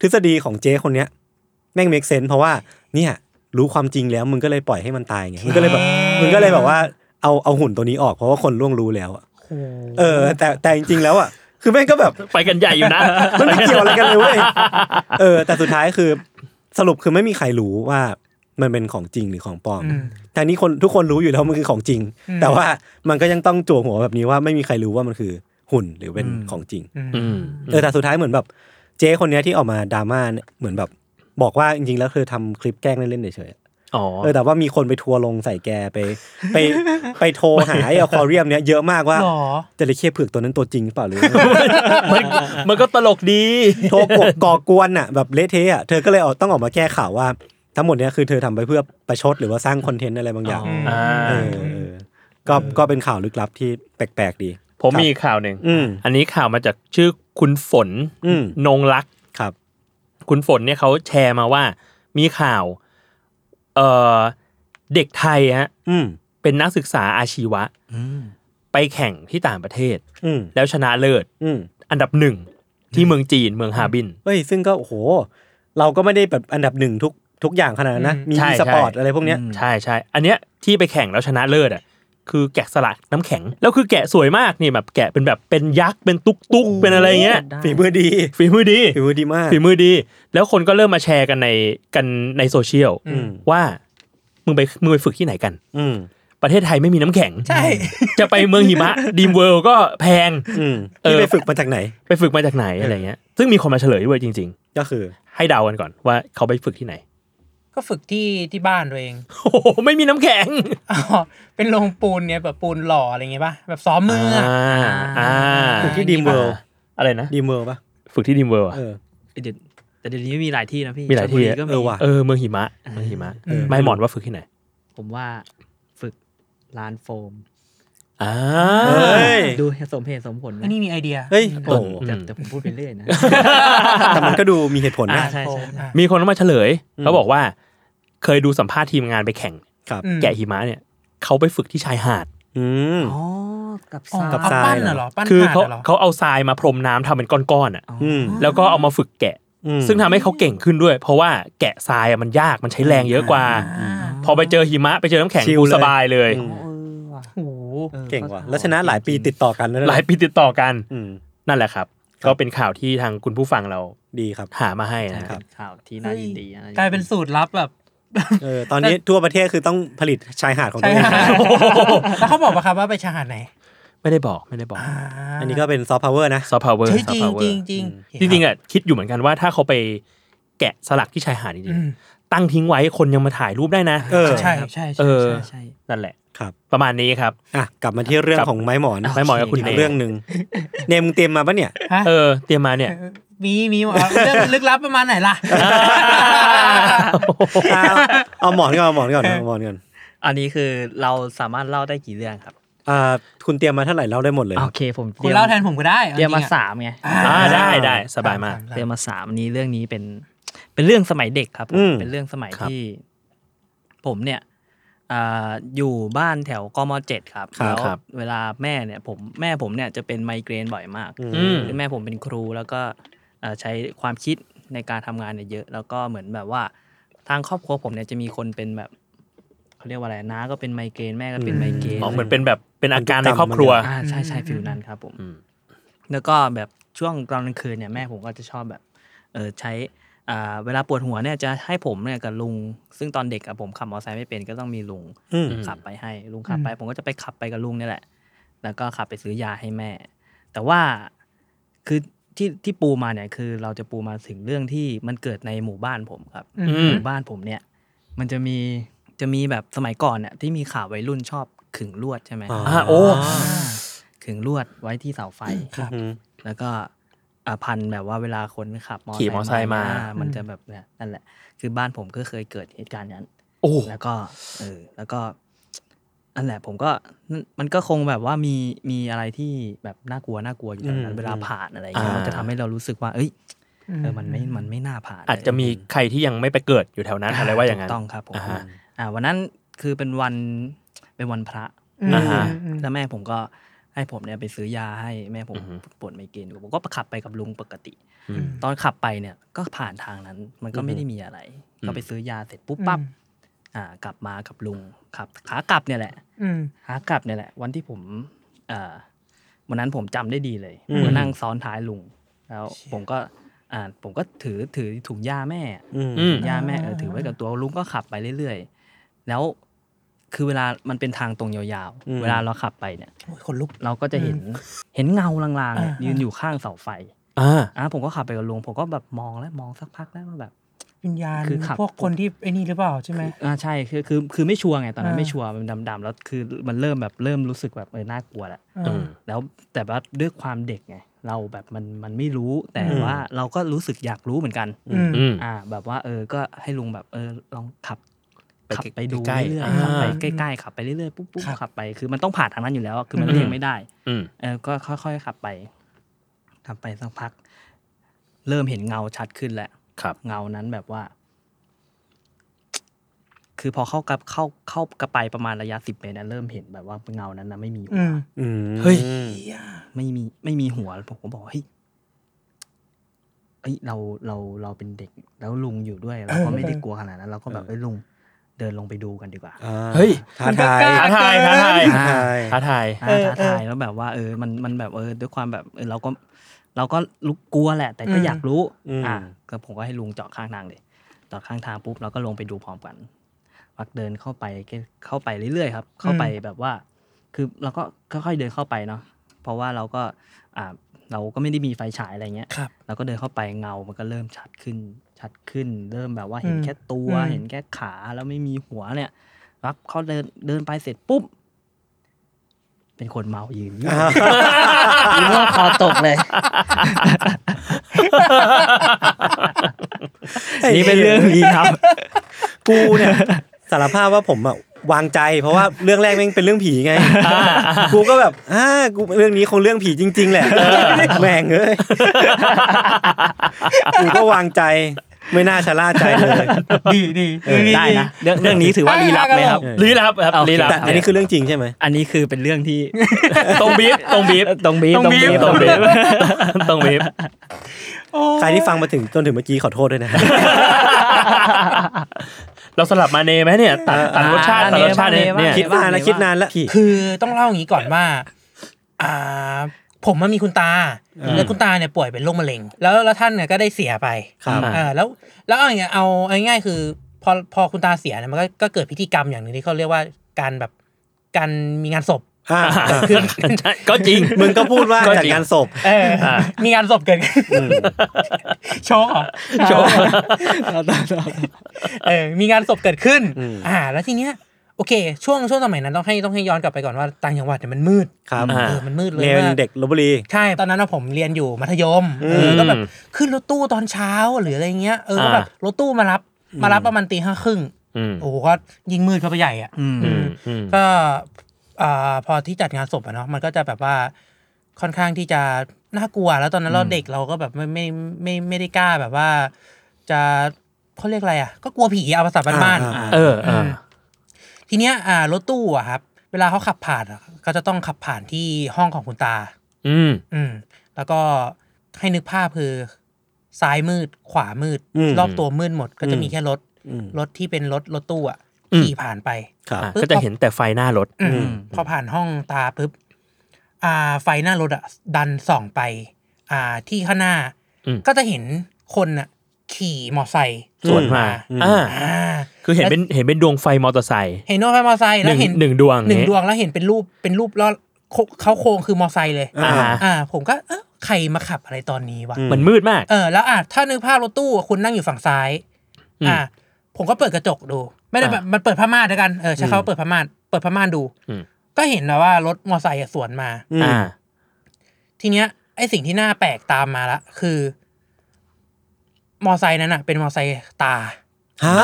ทฤษฎีของเจ๊คนเนี้ย แม่งเมกเซนเพราะว่าเนี่ยรู้ความจริงแล้วมึงก็เลยปล่อยให้มันตายไงมึงก็เลยแบบมึงก็เลยแบบว่าเอาเอาหุ่นตัวนี้ออกเพราะว่าคนล่วงรู้แล้วอะเออ แต่แต่จริงๆแล้วอ่ะคือแม่งก็แบบ
ไปกันใหญ่อยู่นะ
มันไม่เกี่ยวอะไรกันเลยเว้ย เออ แต่สุดท้ายคือสรุปคือไม่มีใครรู้ว่ามันเป็นของจริงหรือของปลอม
อืม
แต่นี้คนทุกคนรู้อยู่แล้วมันคือของจริง แต่ว่ามันก็ยังต้องจั่วหัวแบบนี้ว่าไม่มีใครรู้ว่ามันคือหุ่นหรือเป็นของจริง
อืม
เออ แต่สุดท้ายเหมือนแบบเจ๊คนเนี้ยที่ออกมาดราม่าเนี่ยเหมือนแบบบอกว่าจริงๆแล้วคือทำคลิปแกล้งเล่นๆเฉยๆ
อ๋อ
เออแต่ว่ามีคนไปทัวร์ลงใส่แกไป ไปไปโทรหาไอ้อควาเรียมเนี้ยเยอะมากว่า
หรอ
จระเข้เผือกตัวนั้นตัวจริงหรือเปล่าหรือ
มันมันก็ตลกดี
โทรกดก่อกวนอ่ะแบบเละเทะอ่ะเธอก็เลยเอาต้องออกมาแก้ข่าวว่า ทั้งหมดเนี้ยคือเธอทำไปเพื่อประชดหรือว่าสร้างคอนเทนต์อะไรบางอย่าง
อ่า
เออเออก็ก็เป็นข่าวลึกลับที่แปลกๆดี
ผม
ครับ
มีอีกข่าวหนึ่ง
อืม
อันนี้ข่าวมาจากชื่อคุณฝน
อืม
นงรัก
ครับ
คุณฝนเนี่ยเขาแชร์มาว่า มีข่าว เอ่อ เด็กไทยฮะ
อืม
เป็นนักศึกษาอาชีวะ ไปแข่งที่ต่างประเทศ
อืม
แล้วชนะเลิศ
อืม
อันดับหนึ่งที่เมืองจีนเมืองฮาร์บิน
เฮ้ยซึ่งก็โอ้โห เราก็ไม่ได้แบบอันดับหนึ่งทุกทุกอย่างขนาดนั้นนะมี
ใช่
อีสปอร์ต
ใช่
อะไรพวกเนี้ย
ใช่ใช่ อันเนี้ยที่ไปแข่งแล้วชนะเลิศอ่ะ คือแกะสลักน้ำแข็ง แล้วคือแกะสวยมากนี่แบบแกะเป็นแบบเป็นยักษ์เป็นตุ๊กตุ๊กเป็นอะไรเงี้ย
ฝีมือดี
ฝีมือดี
ฝีมือดีมาก
ฝีมือดี แล้วคนก็เริ่มมาแชร์กันในกันในโซเชียล
อืม
ว่า มึงไปมึงไปฝึกที่ไหนกัน
อืม
ประเทศไทยไม่มีน้ำแข็ง
ใช่
จะไปเมืองหิมะ ดีมเวิลด์ก็แพง
อืม
เออ
ที่ไปฝึกมาจากไหน
ไปฝึกมาจากไหนอะไรเงี้ย ซึ่งมีคนมาเฉลยด้วยจริง
ก็คือ
ๆ ให้เดากันก่อนว่าเขาไปฝึกที่ไหน
ก็ฝึกที่ที่บ้านตัวเอง
โอ้โหไม่มีน้ำแข็ง
อ๋อเป็นโรงปูนเนี่ยแบบปูนหล่ออะไรเงี้ยป่ะแบบซ้อมมืออะ
อ่า
ฝึกที่ดีมเวิลด์
อะไรนะ
ดีมเวิลด์ปะ
ฝึกที่ดีมเวิร์อะ
เออ
เดี๋ยวแต่เดี๋ยวนี้มีหลายที่นะพี่
มีหลายที่
ชบุรีก็
เอ
มี
อว่ะ
เออเมืองหิมะเมืองหิมะ
อืม
ไม่หมอนว่าฝึกที่ไหน
ผมว่าฝึกร้านโฟม
อ่า
เฮ้ย
ดูสมเหตุสมผลไหม
อันนี้มีไอเดีย
เฮ้ยโอ้ โห
แต่แต่ผมพูดไปเรื่อยนะ
แต่มันก็ดูมีเหตุผล
อ่า
นะ
ใช่
โอ้
ใช่
อ่ะ
มีคนเอามาเฉลย
อืม
เขาบอกว่า เคยดูสัมภาษณ์ทีมงานไปแข่ง
ครับ
อืม
แกะหิมะเนี่ยเขาไปฝึกที่ชายหาด
อืม
อ๋อ กับ
อ๋อ
ซา
กับ
เอา
ทราย
ปั้นน่ะเหรอปั้น
คือ
ขาด
เขา
น่ะเหรอ
เขาเอาทรายมาพรมน้ำทำเป็นก้อนๆอ่ะ
อืม
แล้วก็เอามาฝึกแกะ
อืม
ซึ่งทำให้เขาเก่งขึ้นด้วย เพราะว่าแกะทรายอะมันยากมันใช้แรงเยอะกว่า พอไปเจอหิมะไปเจอน้ำแข็ง
ชิล
กู
เลย
สบายเลย
อืม
เออว่ะ
โอ้โห
ออ
เก่งว่ะแล้วชนะหลายปีติดต่อกันแล้วนะ
หลายปีติดต่อกัน
อืม
นั่นแหละครับ
ครับ
ก็เป็นข่าวที่ทางคุณผู้ฟังเรา
ดีครับ
หามาให้
ใช่
นะ
ค
ค
รั
รั
บบ ข่าวที่น่ายินดีอะ
กลายเป็นสูตรลับแบบ
เออตอนนี้ทั่วประเทศคือต้องผลิตชายหาดของตั
ใช่
วเอง
แล้วเขาบอกป่ะครับว่าไปชายหาดไหน
ไม่ได้บอกไม่ได้บอก
อันนี้ก็เป็นซอฟต์พาวเวอร์นะ
ซอฟต์พาวเวอร์
ใช่จริงจริงจริง
จริงๆอ่ะคิดอยู่เหมือนกันว่าถ้าเขาไปแกะสลักที่ชายหาดจริง
อื
ๆ
ม
ตั้งทิ้งไว้คนยังมาถ่ายรูปได้นะ
เออ
ใช่ใช่
เอ
ใช่
อ
ใช่
ใช่
นั่นแหละ
ครับ
ประมาณนี้ครับ
อ่ะกลับมาที่เรื่อง
ครับ
ของไม้หมอน
ไม้หมอนกับคุณเน
เรื่องหนึ่งเนมมึงเตรียมมาปะเนี่ย
อ่ะ
เออ เตรียมมาเนี่ย
มีมีว่ะเรื่องลึกลับประมาณไหนล่ะ
เอาเอาหมอนก่อนเอาหมอนก่อนเอาหมอนก่อน
อันนี้คือเราสามารถเล่าได้กี่เรื่องครับ
อ่าคุณเตรียมมาเท่าไหร่เล่าได้หมดเลย
โอเคผมต
คุณ
รียม
เล่าแทนผมก็ได้อ
เตรียมมา
จงๆอะ
สามไง
อ่าได้ได้สบายมาก
เตรียมมาสามอันนี้เรื่องนี้เป็นเป็นเรื่องสมัยเด็กครับผม
อืม
เป็นเรื่องสมัย
ครับ
ที่ ผมเนี่ยอ่าอยู่บ้านแถวกมเจ็ดครับแล้วเวลาแม่เนี่ย ผมแม่ผมเนี่ยจะเป็นไมเกรนบ่อยมาก
อืม
คือแม่ผมเป็นครูแล้วก็เอ่อใช้ความคิดในการทำงานเนี่ยเยอะ แล้วก็เหมือนแบบว่า ทางครอบครัวผมเนี่ยจะมีคนเป็นแบบเขาเรียกว่าอะไรน้าก็เป็นไมเกรนแม่ก็เป็นไมเกรน
อ๋อเหมือนเป็นแบบเป็นอาการในครอบครัว
อ่าใช่ใช่ฟิลนั้นครับผม
อืม
แล้วก็แบบช่วงกลางคืนเนี่ยแม่ผมก็จะชอบแบบเออใช้อ่าเวลาปวดหัวเนี่ยจะให้ผมเนี่ยกับลุง ซึ่งตอนเด็กอะผมขับมอเตอร์ไซค์ไม่เป็นก็ต้องมีลุง
อืม
ขับไปให้ ลุงขับไป ผมก็จะไปขับไปกับลุงเนี่ยแหละ แล้วก็ขับไปซื้อยาให้แม่ แต่ว่าคือที่ที่ปูมาเนี่ยคือเราจะปูมาถึงเรื่องที่มันเกิดในหมู่บ้านผมครับ
อืม
อืม
หมู่บ้านผมเนี่ยมันจะมีจะมีแบบสมัยก่อนเนี่ยที่มีข่าววัยรุ่นชอบขึงลวดใช่ไหม
อ่า
าโอ้ขึงลวดไว้ที่เสาไฟ
อืม
แล้วก็อ่าพันแบบว่าเวลาคนขับ
ขี่มอไซค์มา
อ่มันจะแบบเนี่ยนั่นแหละ คือบ้านผมก็เคยเกิดเหตุการณ์นั้น
โอ้
แล้วก็เออแล้วก็นั่นแหละผมก็นั่นมันก็คงแบบว่ามีมีอะไรที่แบบน่ากลัวน่ากลัวอยู่ตอนนั้
อื
น
ม
เวลาผ่านอะไรอย่างเงี้ย
อ่ามั
มันจะทำให้เรารู้สึกว่า เอ้ยเออมันไม่มันไม่น่าผ่าน
อาจจะมีใครที่ยังไม่ไปเกิดอยู่แถวนั้นอะไรว่าอย่างนั้น
ถูกต้องครับผม
อ่าฮะ
อ่าวันนั้นคือเป็นวันเป็นวันพระ
อ่าฮะ
แล้วแม่ผมก็ให้ผมเนี่ยไปซื้อยาให้แม่ผม
อือฮึ
ปวดไมเกรนอยู่ผมก็ขับไปกับลุงปกติ
อืม
ตอนขับไปเนี่ยก็ผ่านทางนั้น มันก็ไม่ได้มีอะไร
อืม
ก็ไปซื้อยาเสร็จปุ๊บปั๊บอ่ากลับมากับลุงขับขากลับเนี่ยแหละขากลับเนี่ยแหละ วันที่ผมเอ่อวันนั้นผมจำได้ดีเลย
อืม
มานั่งซ้อนท้ายลุง แล้วผมก็อ่าผมก็ถือถือถุงยาแม่
อืม
อืม
ย่าแม่เออถือไว้กับตัวลุงก็ขับไปเรื่อยๆ แล้วคือเวลามันเป็นทางตรงยาว
อืม
ๆ เวลาเราขับไปเนี่ย
คนลุก
เราก็จะเห็นเห็นเงาลางๆเนี่ย
อ่า
ยืนอยู่ข้างเสาไฟ
อ่า
อ่ะผมก็ขับไปกับลุงผมก็แบบมองแล้วมองสักพักแล้วว่าแบบ
วิญญาณ
คือขับ
พวกคนที่ไอ้นี่หรือเปล่าใช่ไหม
อ่าใช่คือคือคือไม่ชัวร์ไงตอนนั้น
อ่า
ไม่ชัวร์มันดำๆแล้วคือมันเริ่มแบบเริ่มรู้สึกแบบเออน่ากลัวแหละ
อ่า
อืม
แล้วแต่ว่าด้วยความเด็กไงเราแบบมันมันไม่รู้แต่
อืม
ว่าเราก็รู้สึกอยากรู้เหมือนกัน
อืม
อืม
อ่าแบบว่าเออก็ให้ลุงแบบเออลองขับ
ไป
ขับ
ใกล้
ไปดู
ใกล้ๆ
เรื่อย
อ่า
ๆขับไปใกล้ๆขับไปเรื่อยๆปุ๊บปุ๊บ
ครับ
ขับไปคือมันต้องผ่านทางนั้นอยู่แล้วอะคือมันเลี่ยงไม่ได้
อืม
เออก็ค่อยๆขับไปขับไปสักพัก เริ่มเห็นเงาชัดขึ้นแหละ
ครับ
เงานั้นแบบว่า คือพอเข้ากับเข้าเข้ากระไปประมาณระยะสิบเมตรนะเริ่มเห็นแบบว่าเงานั้นนะไม่มีหั
อื
ว
ม
อืม
เฮ้ย
ไม่มีไม่มีหัวผมก็บอกว่าเฮ้ยเอ้ยเราเราเราเป็นเด็กแล้วลุงอยู่ด้วยเราก็ไม่ได้กลัวขนาดนั้น เราก็แบบเอ้ยลุงเดินลงไปดูกันดีกว่า
อ่า
เฮ้ย
ท้าทาย
ท้าทายท้าทาย
ท้าทาย
ท้าทาย
อ่าท้าทายแล้วแบบว่า เออ มันมันแบบเออ ด้วยความแบบเออเราก็ เราก็ลุกกลัวแหละ แต่ก็อยากรู้
อืม
ก็ผมก็ให้ลุงจอดข้างทางเลยจอดข้างทางปุ๊บเราก็ลงไปดูพร้อมกันวักเดินเข้าไปเข้าไปเรื่อยๆครับ เข้าไปแบบว่า คือเราก็ค่อยๆเดินเข้าไปเนาะเพราะว่าเราก็อ่าเราก็ไม่ได้มีไฟฉายอะไรเงี้ย
ครับ
เราก็เดินเข้าไปเงา มันก็เริ่มชัดขึ้น ชัดขึ้น เริ่มแบบว่าเห็น
อืม
แค่ตัว
อืม
เห็นแค่ขาแล้วไม่มีหัวเนี่ยปั๊บเขาเดินเดินไปเสร็จปุ๊บ เป็นคนเมายืนอยู่อีโม่คอตกเลย นี่เป็นเรื่องดีครับ
กูเนี่ย สารภาพว่าผมอะวางใจเพราะว่าเรื่องแรกแม่งเป็นเรื่องผีไง กูก็แบบอ่ากูเรื่องนี้คงเรื่องผีจริ ง ๆ แหละแม่งเอ้ยกูก็วางใจไม่น่าชะล่าใจเลย
ดีดี
ได้นะเรื่องเรื่องนี้ถือว่าลี้ลับไหมครับ
ลี้ลับครับ
โอเค
ลี้ลับ
แต่อันนี้คือเรื่องจริงใช่ไหม
อันนี้คือเป็นเรื่องที่
ตรงบีบตรงบีบ
ตรงบีบตรงบีบ
ตรงบีบตรงบีบ
ใครที่ฟังมาถึงจนถึงเมื่อกี้ขอโทษด้วยนะ
เราสลับมาเนไหมเนี่ยตัดตัดรสชาติตัดรสชาติเนี่ยเนี่ย
คิดนานแล้วคิดนานแล้วพี่
คือต้องเล่าอย่างนี้ก่อนว่า อ่า ผมมันมีคุณตา แล้วคุณตาเนี่ยป่วยเป็นโรคมะเร็ง แล้วแล้วท่านเนี่ยก็ได้เสียไป
ครับ
อ่าแล้วแล้วเอาอย่างเงี้ยเอาเอาง่ายๆคือ พอพอคุณตาเสียเนี่ยมันก็ก็เกิดพิธีกรรมอย่างหนึ่งที่เขาเรียกว่าการแบบการมีงานศพ
อ่า
คือ
ใช่ก็จริง
มึงก็พูดว่า
ก็
จัด
จริง
งานศพ
เออมีงานศพเกิดขึ้นโชว์เหรอ
โชว์
เออมีงานศพเกิดขึ้น
อืม
อ่า แล้วทีเนี้ย โอเค ช่วงช่วงสมัยนั้นต้องให้ต้องให้ย้อนกลับไปก่อนว่าต่างจังหวัดเนี่ยมันมืด
ครับ
อ่า
เออ มันมืดเลย
เรียน
ว่า
เด็กลบบุรี
ใช่ ตอนนั้นนะผมเรียนอยู่มัธยม
อืม
เออก็แบบขึ้นรถตู้ตอนเช้าหรืออะไรเงี้ย เออ ก็แบบรถตู้มารับ มารับประมาณตีห้าครึ่ง
อืม
โอ้โหก็ยิ่งมืดเข้าไปใหญ่อ่ะ
อืมอืม
ก็อ่าพอที่จัดงานศพอะเนาะมันก็จะแบบว่าค่อนข้างที่จะน่ากลัว แล้วตอนนั้นเราเด็กเราก็แบบไม่ไม่ไม่ไม่ได้กล้าแบบว่า จะเขาเรียกอะไรอ่ะ ก็กลัวผีเอาภาษาบ้าน
อ่าอ่า
ๆ
เออเออ
ทีเนี้ยอ่ารถตู้อะครับ เวลาเขาขับผ่านอะก็จะต้องขับผ่านที่ห้องของคุณตา
อืม
อืม แล้วก็ให้นึกภาพคือซ้ายมืดขวามืด
อืม
รอบตัวมืดหมด ก็จะ
อืม
มีแค่รถ
อืม
รถที่เป็นรถรถตู้อ่ะ
อืม
ขี่ผ่านไป
ครับ
ก็จะเห็นแต่ไฟหน้ารถ
อืมพอผ่านห้องตาปุ๊บ อ่า ไฟหน้ารถอะดันส่องไป อ่า ที่ข้างหน้า
อืม
ก็จะเห็นคนอะขี่มอไซค์
สวนมาอ่า
อ่า
คือเห็นเป็นเห็นเป็นดวงไฟมอเตอร์ไซค์
เห็นว่าไฟมอไซค์
ห
แล้ว
นึ่ง
เห็น
หนึ่งดวง
หนึ่งดว
เย
งแล้วเห็นเป็นรูปเป็นรูปล้อโคเขาโครงคือมอไซค์เลย
อ่า
อ่า ผมก็เอ๊ะใครมาขับอะไรตอนนี้วะ
อื
มันมืดมาก
เออแล้วอ่ะถ้านึกภาพรถตู้อะคุณนั่งอยู่ฝั่งซ้าย
อืม
อ่ะผมก็เปิดกระจกดู ไม่ได้แบบมันเปิดผ้าม่านด้วยกันเออใช้คำว่าเปิดผ้าม่านเปิดผ้าม่านดู
อืม
ก็เห็นนะว่ารถมอไซค์อะสวนมา
อืม
อ่า
ทีเนี้ยไอสิ่งที่น่าแปลกตามมาละคือ มอไซค์นั้นอ่ะ เป็นมอไซค์ตา
ฮะ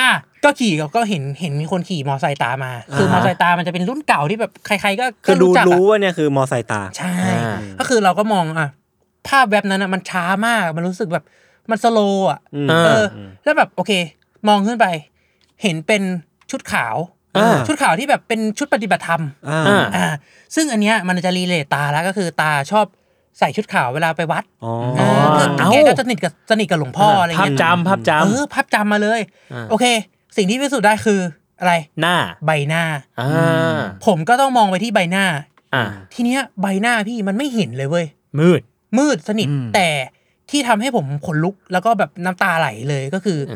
อ่ะก็ขี่ก็ก็เห็นเห็นมีคนขี่มอไซค์ตามมา คือ
อ่าม ฮะ
อไซค์ตามันจะเป็นรุ่นเก่าที่แบบใครๆก็
คื
ก็
อดู
จัก
รู้
อะ
ว่าเนี่ยคือมอไซค์ตา
ใช่
อ่า
ก็คือเราก็มองอ่ะภาพแวบนั้นอ่ะมันช้ามาก มันรู้สึกแบบมันสโลว์อ่ะ
อืม
เอ
เอ
อ
อแล้วแบบโอเค มองขึ้นไป เห็นเป็นชุดขาว
อ่า
ชุดขาวที่แบบเป็นชุดปฏิบัติธรรม
อ่า
อ่า
อ่าซึ่งอันเนี้ยมันจะรีเลทตาแล้วก็คือตาชอบใส่ชุดขาวเวลาไปวัด
อ๋อ
เออ
เอ้า
แกก็จะสนิทกับสนิทกับหลวงพ่ออะไร
ภาพ
เงี้ย
จำภาพจ
เออภาพจำมาเลย
อ่า
โอเค สิ่งที่พิสูจน์ได้คืออะไร
ำหน้า
ใบหน้า
อ่า
ผมก็ต้องมองไปที่ใบหน้า
อ่า
ทีเนี้ยใบหน้าพี่มันไม่เห็นเลยเว้ย
มืด
มืดสนิท
อืม
แต่ที่ทำให้ผมขนลุกแล้วก็แบบน้ำตาไหลเลยก็คืออ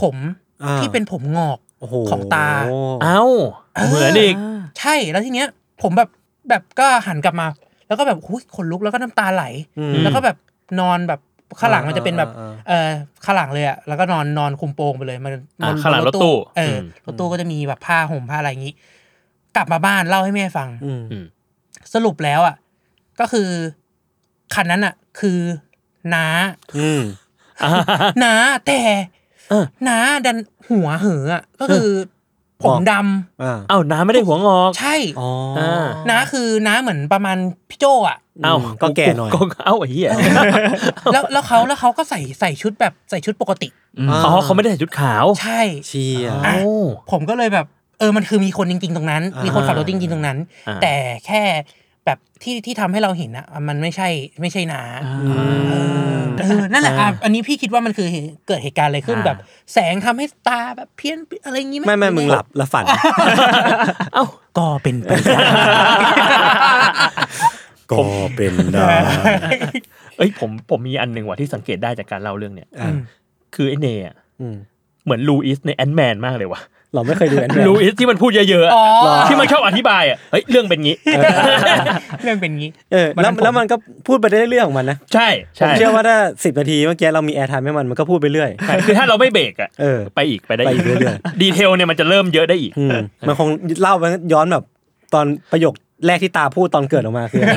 ผม
อ่า
ที่เป็นผมงอก
โโห
ของตา
เอ้า เหมือนอีก
ใช่แล้วทีเนี้ย ผมแบบแบบก็หันกลับมา แล้วก็แบบหุ้ยขนลุกแล้วก็น้ำตาไหล
อืม
แล้วก็แบบนอนแบบข้างหลังมันจะเป็นแบบ
อ่าอ่า
เออข้างหลังเลยอะแล้วก็นอนนอนคุมโปงไปเลยมัน
อ่า
บน
ข้างหลัง
บน
รถตู้
เอออ
ม
รถตู้ก็จะมีแบบผ้าห่มผ้าอะไรอย่างงี้ กลับมาบ้านเล่าให้แม่ฟัง
อืม
สรุปแล้วอะก็คือคันนั้นอะคือน้า
อืม
น้าแต่
เออ
น้าดันหัวเหอะอะก็คือผม
งอก
ดำ
อ่า
เอ้าน้าไม่ได้หัวงอก
ใช่
อ๋อ
อ่า
น้าคือน้าเหมือนประมาณพี่โจอ่ะ
เอ้า
ก็แก่หน่อย
ก็เอ้าไอ้เหี้ย
แล้วแล้วเขาแล้วเขาก็ใส่ใส่ชุดแบบใส่ชุดปกติ
า
อ๋อเขาไม่ได้ใส่ชุดขาว
ใช่
เชีย
เอ้า
ผมก็เลยแบบเออมันคือมีคนจริง ๆ ตรงนั้น
อ่ามี
มีคนขับรถจริงๆตรงนั้น
อ่า
แต่แค่แบบที่ที่ทำให้เราเห็นอ่ะมันไม่ใช่ไม่ใช่น้าเออนั่นแหละอ่ะอันนี้พี่คิดว่ามันคือเหตุเกิดเหตุการณ์อะไรขึ้น
อ่า
แบบ แสงทำให้ตาแบบเพี้ยนอะไรอย่างงี้ห
ไม่ไม่มึงหลับแล้วฝัน
เอ้า
ก็เป็นไป ได้
ก็เป็นได้
เอ้ยผมผมมีอันหนึ่งว่ะที่สังเกตได้จากการเล่าเรื่องเนี่ย
อ่า
คือไอเนยอะ
อืม
เหมือนลูอิสในแอนด์แมนมากเลยว่ะ
เราไม่เคยดูแอนด์แมน
ลูอิสที่มันพูดเยอะๆอะ
อ๋อ
ที่มันชอบอธิบายอ่ะเฮ้ยเรื่องเป็นงี้
เรื่องเป็นงี้
เออแล้ว
มันเป็น
แล้วมันก็พูดไปได้เรื่องของมันนะ
ใช่
ผม
ใช่
เชื่อว่าถ้าสิบนาทีเมื่อกี้เรามีแอร์ไทม์ให้มันมันก็พูดไปเรื่อย
ใช่คือถ้าเราไม่เบรกอ่ะ
เออ
ไปอีกไปได้
ไปอีกเรื่อย
ดีเทลเนี่ยมันจะเริ่มเยอะได้อีก
อืมมันคงเล่าไปย้อนแบบตอนประโยคแรกที่ตาพูดตอนเกิดออกมาคืออะไร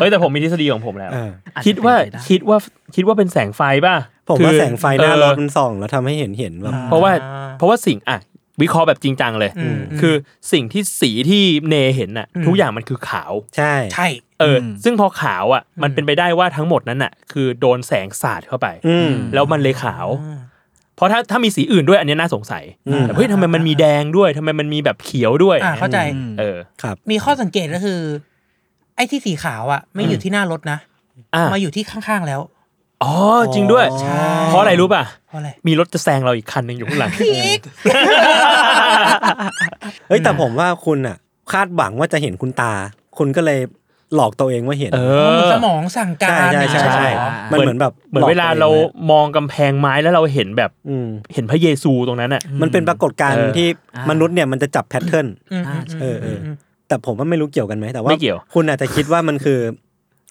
เฮ้ยแต่ผมมีทฤษฎีของผมแล้ว
เออ
อจจะ
คิดว่า
เป็นไปไ
คิดว่าคิดว่าเป็นแสงไฟป่ะ
ผมว่า
คือ
แสงไฟหน้า
เออ
รถมันส่องแล้วทำให้เห็นเห็นแบบ
เพราะว่าเพราะว่าสิ่งอ่ะวิเคราะห์แบบจริงจังเลย
อืม
คือสิ่งที่สีที่เนเห็นน่ะ ทุกอย่างมันคือขาว
ใช่
ใช่
เอออซึ่งพอขาวอ่ะมันเป็นไปได้ว่าทั้งหมดนั้นน่ะ คือโดนแสงสาดเข้าไป
อืม
แล้วมันเลยขาว เพราะถ้าถ้ามีสีอื่นด้วยอันเนี้ยน่าสงสัย
อืม
แบบเฮ้ยทำไมมันมีแดงด้วยทำไมมันมีแบบเขียวด้วย
อ่าเข้าใจ
เออ
ครับ
มีข้อสังเกตก็คือ ไอ้ที่สีขาวอ่ะ ไม่อยู่ที่หน้ารถนะ
อ่ะ
มาอยู่ที่ข้างๆแล้ว
อ๋อจริงด้วย
ใช่
เพราะอะไรรู้ป่ะ
เพราะอะไร
มีรถจะแซงเราอีกคันหนึ่งอยู่ข้างหลัง
พีก
เอ้ยแต่ผมว่าคุณอ่ะ คาดหวังว่าจะเห็นคุณตา คุณก็เลยหลอกตัวเองว่าเห็น
เออ
สมองสั่งกา
ใช่
ร
ใช่ใช่
อ่ะ
ใช่มันเหมือนแบบ
เหมือนเวลาเรา
หอกตัวองไว้
มองกำแพงไม้แล้วเราเห็นแบบ
อืม
เห็นพระเยซูตรงนั้นอ่ะ
มันเป็นปรากฏการณ์
เออ
ที่
อ่าม ม
นุษย์เนี่ยมันจะจับแพทเทิร์น
อืมอืม
เออเออ
ม
แต่ผมว่าไม่รู้เกี่ยวกันไหมแต่ว่า
ไม่เกี่ยว
คุณอาจจะคิดว่ามันคือ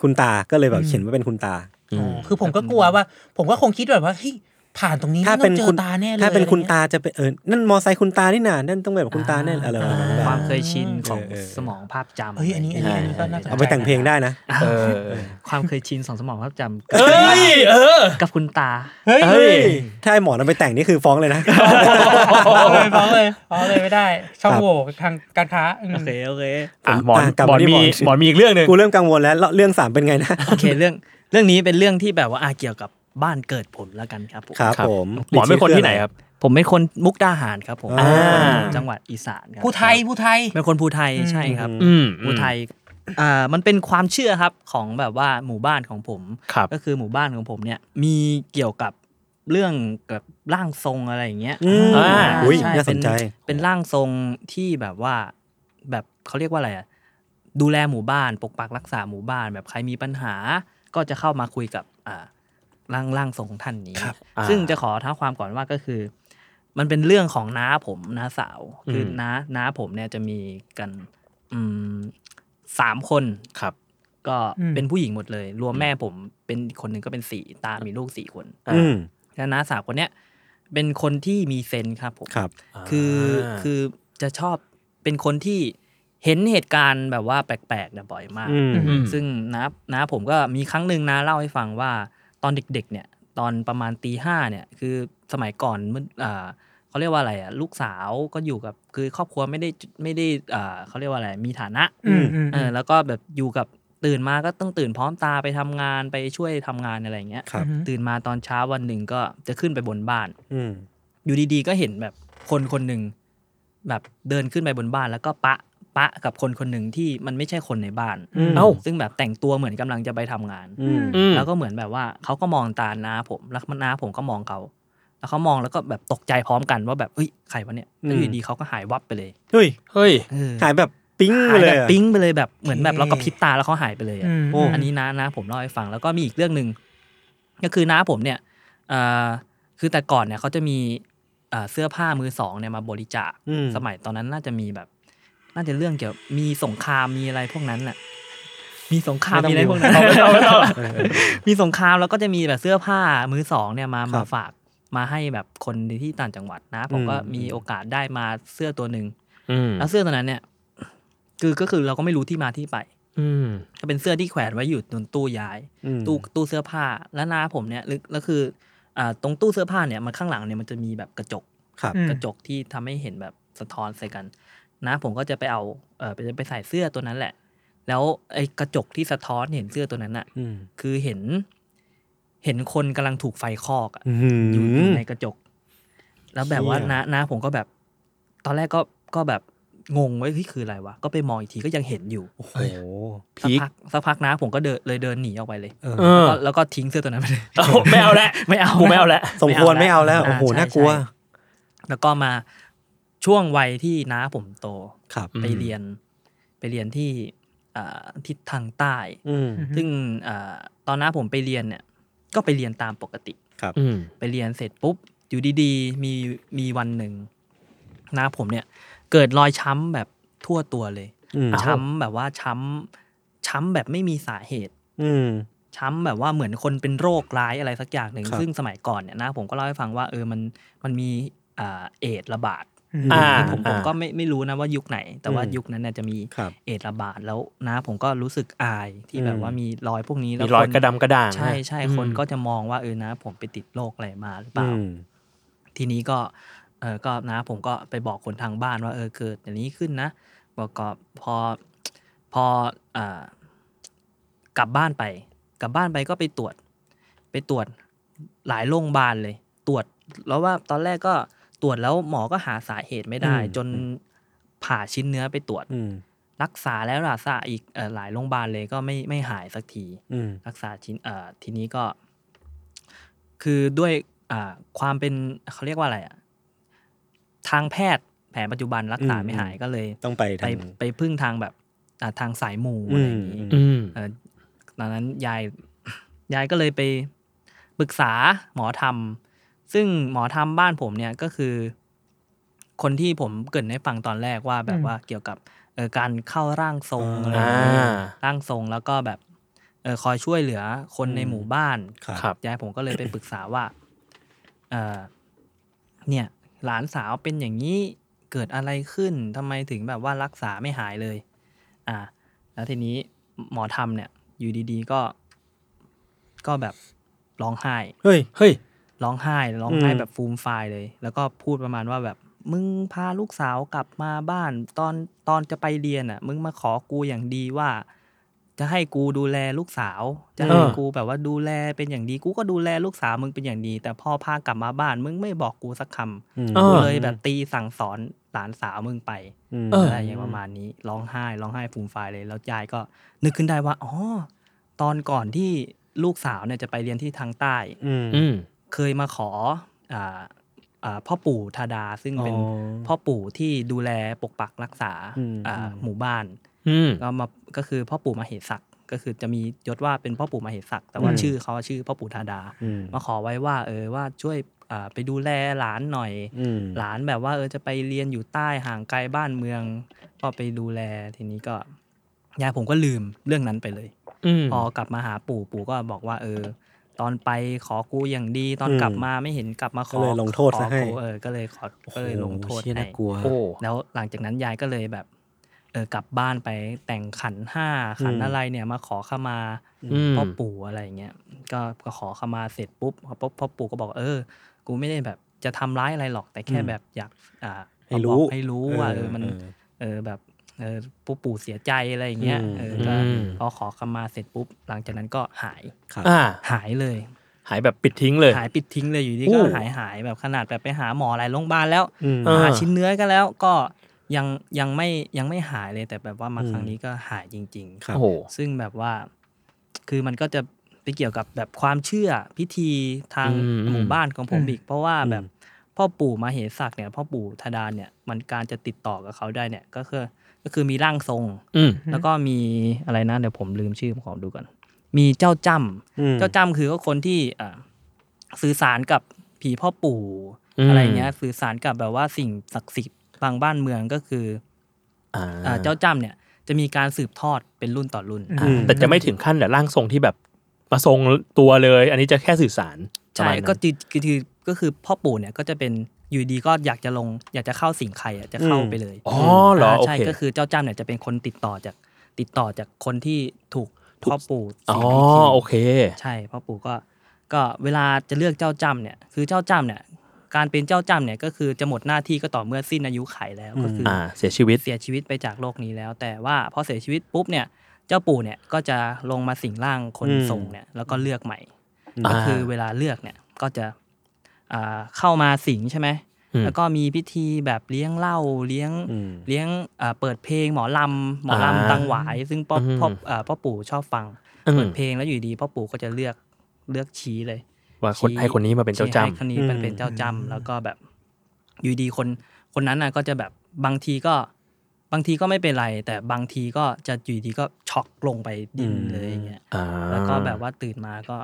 คุณตาก็เลยแบบ
อืม
เขียนว่าเป็นคุณตา
อ๋อคือผมก็กลัวว่า ผมก็คงคิดแบบว่าเฮ้ยผ่านตรงนี้
ถ้า
ไม่
เป็
ต้อน งเจ
คุ
อ
ณ
ตาแน่เลย
ถ้าเป็นคุณ
อะไรงี้ย
ตาจะเป็นเออนั่นมอไซค์คุณตานี่นานั่นต้องแบบคุณตาแน่อะไรประมาณนั้น
ค
แบ
วา
บ
มเคยชินของ
เออเออ
สมองภาพจำ
เฮ้ยอันนี้อันนี้อันนี้ก็น่าสนใจ
เอาไปแต่งเพลงได้นะ
เออ
ความเคยชินของสมองภาพจำ
เอ้ยเออ
กับคุณตา
เฮ้ย
เฮ้ย
ถ้าไอ้หมอนั้นไปแต่งนี่คือฟ้องเลยนะ
ฟ้องเลยฟ้องเลยฟ้องเลยไม่ได้ ช่องโหว่ทางการค้าอืม
โอเคโอเค
อ่ะหมอน
อ่ะกลับ
หม
มา
อน
ที่
มี
หมอนสิ
หมอนมีอีกเรื่องหนึ่ง
กูเริ่มกังวลแล้วแล้วเรื่องสามเป็นไงนะ
โอเคเรื่องเรื่องนี้เป็นเรื่องที่แบบว่าอาเกี่ยวกับบ้านเกิดผมแล้วกันครับผม
ครับ
ครับ
ผม
หมอนเป็นคนที่ไหนครับ
ผมเป็นคนมุกดาหารครับผม
อ่า
จังหวัดอีสานครับ
ผู้ไทยผู้ไทย
เป็นคนภูไทยใช่ครับ
อืม
ภูไทยอ่ามันเป็นความเชื่อครับของแบบว่าหมู่บ้านของผม
ครับ
ก็คือหมู่บ้านของผมเนี่ยมีเกี่ยวกับเรื่องกับร่างทรงอะไรอย่างเงี้ย
อืม
อ่า
อุ้ย
ช่
น่าสนใจ
เป็เป็นร่างทรงที่แบบว่าแบบเขาเรียกว่าอะไรอะดูแลหมู่บ้านปกปักรักษาหมู่บ้าน แบบใครมีปัญหาก็จะเข้ามาคุยกับอ่าร่างร่างทรงท่านนี้
ครับ
อ่า
ซึ่งจะขอเท้าความก่อนว่าก็คือ มันเป็นเรื่องของน้าผมน้าสาวคือน้าน้าผมเนี่ยจะมีกันอืมสามคน
ครับ
ก็
อืม
เป็นผู้หญิงหมดเลย รวมแม่ผมเป็นอีกคนหนึ่งก็เป็นสี่ตา มีลูกสี่คน
อ่า
อืม
แล้วน้าสาวคนเนี้ยเป็นคนที่มีเซนส์ครับผม
ครับ
คือคือจะชอบเป็นคนที่เห็นเหตุการณ์แบบว่าแปลกๆเนี่ยบ่อยมาก
อืม
อืม
ซึ่งน้าน้าผมก็มีครั้งหนึ่งน้าเล่าให้ฟังว่าตอนเด็กๆเนี่ย ตอนประมาณตีห้าเนี่ย คือสมัยก่อนมันอ่าเขาเรียกว่าอะไรอ่ะลูกสาวก็อยู่กับคือครอบครัวไม่ได้ไม่ได้อ่าเขาเรียกว่าอะไรมีฐานะ
อืมอืม
เออแล้วก็แบบอยู่กับตื่นมาก็ต้องตื่นพร้อมตาไปทำงานไปช่วยทำงานอะไรอย่างเงี้ย
ครับ
ตื่นมาตอนเช้าวันหนึ่งก็จะขึ้นไปบนบ้าน
อืม
อยู่ดีๆ ก็เห็นแบบคนคนหนึ่งแบบเดินขึ้นไปบนบ้าน แล้วก็ปะปะกับคนคนหนึ่งที่มันไม่ใช่คนในบ้าน
ม
เอ้า
ซึ่งแบบแต่งตัวเหมือนกำลังจะไปทำงาน
อืม
อืม
แล้วก็เหมือนแบบว่าเขาก็มองตาน้าผมแล้วน้าผมก็มองเขาแล้วเขามองแล้วก็แบบตกใจพร้อมกันว่าแบบเฮ้ยใครวะเนี่ยแล้วอยู่ดีๆเขาก็หายวับไปเลย
เฮ้ย
เฮ้ย
เออ
หายแบบปิ๊งไป
หาย
เล
แบ
ย
บ
อะ
ปิ๊งไปเลยแบบเหมือนแบบเรากระพริบตาแล้วเขาหายไปเลยอะ
อืม
โอ้
อันนี้นะนะผมเล่าให้ฟังแล้วก็มีอีกเรื่องหนึ่งก็คือน้าผมเนี่ยเอ่อคือแต่ก่อนเนี่ยเขาจะมีเอ่อเสื้อผ้ามือสองเนี่ยมาบริจาค
อืม
สมัยตอนนั้นน่าจะมีแบบ น่าจะเรื่องเกี่ยวมีสงครามมีอะไรพวกนั้นน่ะ มีสงครามมีอะไรพวกนั้น มีสงครามแล้วก็จะมีแบบเสื้อผ้ามือสองเนี่ยมา
ครั
มา
บ
ฝากมาให้แบบคนที่ต่างจังหวัดนะผมก็
อืม
มีโอกาสได้มาเสื้อตัวหนึ่ง
อืม
แล้วเสื้อตัวนั้นเนี่ย คือก็คือเราก็ไม่รู้ที่มาที่ไป
อืม
ก็เป็นเสื้อที่แขวนไว้อยู่บนตู้ย้าย
อืม
ตู้ตู้เสื้อผ้าแล้วหน้าผมเนี่ยลึกแล้วคืออ่าตรงตู้เสื้อผ้าเนี่ยมันข้างหลังเนี่ยมันจะมีแบบกระจก
ครับ
กระจกที่ทำให้เห็นแบบสะท้อนใส่กันหน้าผมก็จะไปเอาเออไปไปใส่เสื้อตัวนั้นแหละ แล้วไอ้กระจกที่สะท้อนเห็นเสื้อตัวนั้นอะ
อืม
คือเห็น เห็นคนกำลังถูกไฟคอกอะ
อื
อยู
ม
ที่ในกระจก แล้วแบบว่า
เชี่ย
น้าน้าผมก็แบบ ตอนแรกก็ก็แบบงงไว้ยเฮ้ยคืออะไรวะ ก็ไปมองอีกทีก็ยังเห็นอยู่
โอ้โห
สัก
พีค
พักสักพักน้าผมก็เดินเลยเดินหนีออกไปเลย
เออ
เออ
แล้วแล้วก็ทิ้งเสื้อตัวนั้นไปเลย
เอาไม่เอาละ
ไม่เอา
กูไม่เอาละ
สมควรไม่เอาแล้ว
า
โอ้โห
ใช่
น่ากลัว
ใช่แล้วก็มาช่วงวัยที่น้าผมโต
ครับ
ไปเรียน ไปเรียนที่อ่าทิศทางใต้
อืม
ซึ่งอ่าตอนน้าผมไปเรียนเนี่ย ก็ไปเรียนตามปกติ
อืม
ไปเรียนเสร็จปุ๊บ อยู่ดีๆ มีมีวันหนึ่งหน้าผมเนี่ย เกิดรอยช้ำแบบทั่วตัวเลย
อืม
ช้ำแบบว่าช้ำช้ำแบบไม่มีสาเหตุ
อืม
ช้ำแบบว่าเหมือนคนเป็นโรคร้ายอะไรสักอย่างหนึ่ง
ครับ
ซึ่งสมัยก่อนเนี่ยนะผมก็เล่าให้ฟังว่าเออมันมันมีอ่าเอดส์ระบาด
อ่า
ผมผม
อ่า
ก็ไม่ไม่รู้นะว่ายุคไหน แต่ว่า
อืม
ยุคนั้นเนี่ยจะมี
ครับ
เอดส์ระบาดแล้วนะ ผมก็รู้สึกอายที่
อืม
แบบว่ามีรอยพวกนี้แล้ว
มีรอย
คน
กระดำกระด่าง
ใช่ใช่
อืม
คนก็จะมองว่าเออนะ ผมไปติดโรคอะไรมาหรือเป
อื
ล่า
ม
ทีนี้ก็เออก็นะผมก็ไปบอกคนทางบ้านว่าเออเกิดอย่างนี้ขึ้นนะบอกก็พอพอเอ่อกลับบ้านไป กลับบ้านไปก็ไปตรวจ ไปตรวจหลายโรงพยาบาลเลย ตรวจแล้วว่าตอนแรกก็ตรวจแล้วหมอก็หาสาเหตุไม่ได้
อืม
จนผ่าชิ้นเนื้อไปตรวจ
อืม
รักษาแล้วรักษาอีกเอ่อหลายโรงพยาบาลเลยก็ไม่ไม่หายสักที
อืม
รักษาชิ้นเอ่อทีนี้ก็ คือด้วยอ่าความเป็นเขาเรียกว่าอะไรอ่ะทางแพทย์แผนปัจจุบันรักษา
อืม
ไม่หายก็เลย
ต้องไป
ไป
ทาง
ไปพึ่งทางแบบอ่าทางสายหมูอะไรอย่างนี้
อื
อื
ม
ม
เอ่อตอนนั้นยาย ยายก็เลยไปปรึกษาหมอธรรม ซึ่งหมอธรรมบ้านผมเนี่ยก็คือ คนที่ผมเกริดให้ฟังตอนแรกว่าแบบ
อืม
ว่าเกี่ยวกับเอ่อการเข้าร่างทรงอะไร
อ่า
อย่างนี้ ร่างทรงแล้วก็แบบเออคอยช่วยเหลือคนในหมู่บ้าน
ครับ
ครับ
ยายผมก็เลยไปปรึกษาว่าเออเนี่ย หลานสาวเป็นอย่างนี้เกิดอะไรขึ้นทำไมถึงแบบว่ารักษาไม่หายเลย อ่า แล้วทีนี้หมอทำเนี่ย อยู่ดีๆก็ ก็แบบร้องไห้
เฮ้ย
เฮ้ย
ร้องไห้ร้องไห้
อืม
แบบฟูมไฟายเลย แล้วก็พูดประมาณว่าแบบ มึงพาลูกสาวกลับมาบ้าน ตอนตอนจะไปเรียนอ่ะ มึงมาขอกูอย่างดีว่า จะให้กูดูแลลูกสาว จะให้
เออ
กูแบบว่าดูแลเป็นอย่างดี กูก็ดูแลลูกสาวมึงเป็นอย่างดี แต่พอพากลับมาบ้าน มึงไม่บอกกูสักค
อืม
ำ
เอ
กู
อ
เลยแบบตีสั่งสอนหลานสาวมึงไป
ม
เอ
อะไรอย่างประมาณนี้ร้องไห้ร้องไห้ฟูมฟายเลยแล้วยายก็นึกขึ้นได้ว่าอ๋อตอนก่อนที่ลูกสาวเนี่ยจะไปเรียนที่ทางใต้
อืม
อืม
เคยมาขออ่าอ่าพ่อปู่ธาดาซึ่งเป็น
อ๋อ
พ่อปู่ที่ดูแลปกปักรักษา
อืม
อ่า
อืม
หมู่บ้าน
อืม
ก็มาก็คือพ่อปู่มเหศักดิ์ก็คือจะมียศว่าเป็นพ่อปู่มเหศักดิ์แต่ว่า
อืม
ชื่อเขาชื่อพ่อปู่ธาดา
อืม
มาขอไว้ว่า เออว่าช่วยอ่าไปดูแลหลานหน่อย
อืม
หลานแบบว่าเออจะไปเรียนอยู่ใต้ห่างไกลบ้านเมือง ก็ไปดูแลทีนี้ก็ยายผมก็ลืมเรื่องนั้นไปเลย
อืม
พอกลับมาหาปู่ปู่ก็บอกว่า เออ ตอนไปขอกูอย่างดี ตอน
อืม
กลับมาไม่เห็นกลับมาขอ
ก็เลยลงโทษ
ขอ
ซะให้
กูเออ ก็เลยขอก็เลยลงโทษ
เชี่ย
ให้
น่ากลัว
โอ้
แล้วหลังจากนั้นยายก็เลยแบบ เออกลับบ้านไปแต่งขันห้าขัน
อืม
อะไรเนี่ยมาขอขมา
อืม
พ่อปู่อะไรอย่างเงี้ยก็ก็ขอขมาเสร็จปุ๊บพอปุ๊บพ่อปู่ก็บอกเออ กูไม่ได้แบบจะทำร้ายอะไรหรอกแต่แค่แบบอยาก อ่า
ให้
มาบอ
รู้
กให้รู้ว่าเออมัน
เ
เออแบบเออปู่ปู่เสียใจอะไรอย่างเงี้ย
อืม
เออก็
อืม
พอขอขมาเสร็จปุ๊บ หลังจากนั้นก็หาย
ครับ
อ่า
หายเลย
หายแบบปิดทิ้งเลย
หายปิดทิ้งเลยอยู่ดี
อู้
ก็หายหายแบบขนาดแบบไปหาหมอหลายโรงพยาบาลแล้ว
อืม
เออ
หาชิ้นเนื้อก็แล้วก็ยังยังไม่ยังไม่หายเลยแต่แบบว่ามา
อืม
ครั้งนี้ก็หายจริงๆ
ครับ
โอ้โห
ซึ่งแบบว่า คือมันก็จะไปเกี่ยวกับแบบความเชื่อพิธีทาง
อืม
หมู่บ้านของผม
อืม
อีกเพราะว่าแบบพ่อปู่มาเหศักดิ์เนี่ยพ่อปู่ธดานเนี่ยมันการจะติดต่อกับเขาได้เนี่ย ก็คือก็คือมีร่างทรง
อืม
แล้วก็มีอะไรนะเดี๋ยวผมลืมชื่อผมขอดูก่อน มีเจ้าจ
อืม
ำเจ้าจำคือก็คนที่อ่าสื่อสารกับผีพ่อปู่
อืม
อะไรเงี้ย สื่อสารกับแบบว่าสิ่งศักดิ์สิทธิ์บางบ้านเมืองก็คือ
อ่า
อ่าเจ้าจำเนี่ย จะมีการสืบทอดเป็นรุ่นต่อรุ่น
อืม
แต่จะไม่ถึงขั้นแบบร่างทรงที่แบบมาทรงตัวเลย อันนี้จะแค่สื่อสารประ
ใช่
มาณนั้น
ก็คือคือคือก็คือพ่อปู่เนี่ยก็จะเป็นอยู่ดีก็อยากจะลง อยากจะเข้าสิงใครอ่ะจะเข้าไปเลย
อ๋อเหรอ โอ
ใช่
เค
ก็คือเจ้าจ้ำเนี่ยจะเป็นคนติดต่อจากติดต่อจากคนที่ถูกพ่อปู่
อ๋อ
สิงกที
โอเค
ใช่พ่อปู่ก็ก็เวลาจะเลือกเจ้าจำเนี่ยคือเจ้าจำเนี่ยการเป็นเจ้าจำเนี่ยก็คือจะหมดหน้าที่ก็ต่อเมื่อสิ้นอายุไขแล้วก็คืออ
อ่า เสียชีวิต
เสียชีวิตไปจากโลกนี้แล้ว แต่ว่าพอเสียชีวิตปุ๊บเนี่ยเจ้าปู่เนี่ยก็จะลงมาสิงร่างคน
อืม
ทรงเนี่ยแล้วก็เลือกใหม่
อ่า
ก็คือเวลาเลือกเนี่ยก็จะอ่าเข้ามาสิงใช่ไหม
อืม
แล้วก็มีพิธีแบบเลี้ยงเหล้าเลี้ยง
อืม
เลี้ยงอ่าเปิดเพลงหมอลำหมอ
อ่า
ลำตังหวาย ซึ่งพ่ออ
ม
พ่ออ่าพ่อปู่ชอบฟัง
อืม
เปิดเพลงแล้วอยู่ดีพ่อปู่ก็จะเลือกเลือกชี้เลย
ว่าคน
ชี้
ให้คนนี้มาเป็นเจ้า
ชี้ให้คน
จำ
นี้มันเป็นเจ้าจำแล้วก็แบบ อยู่ดีคนคนนั้นน่ะก็จะแบบบางทีก็บางทีก็ไม่เป็นไร แต่บางทีก็จะอยู่ดีก็ช็อกลงไปดิน
อืม
เลยอย่างเงี้ย
อ่า
แล้วก็แบบว่าตื่นมาก็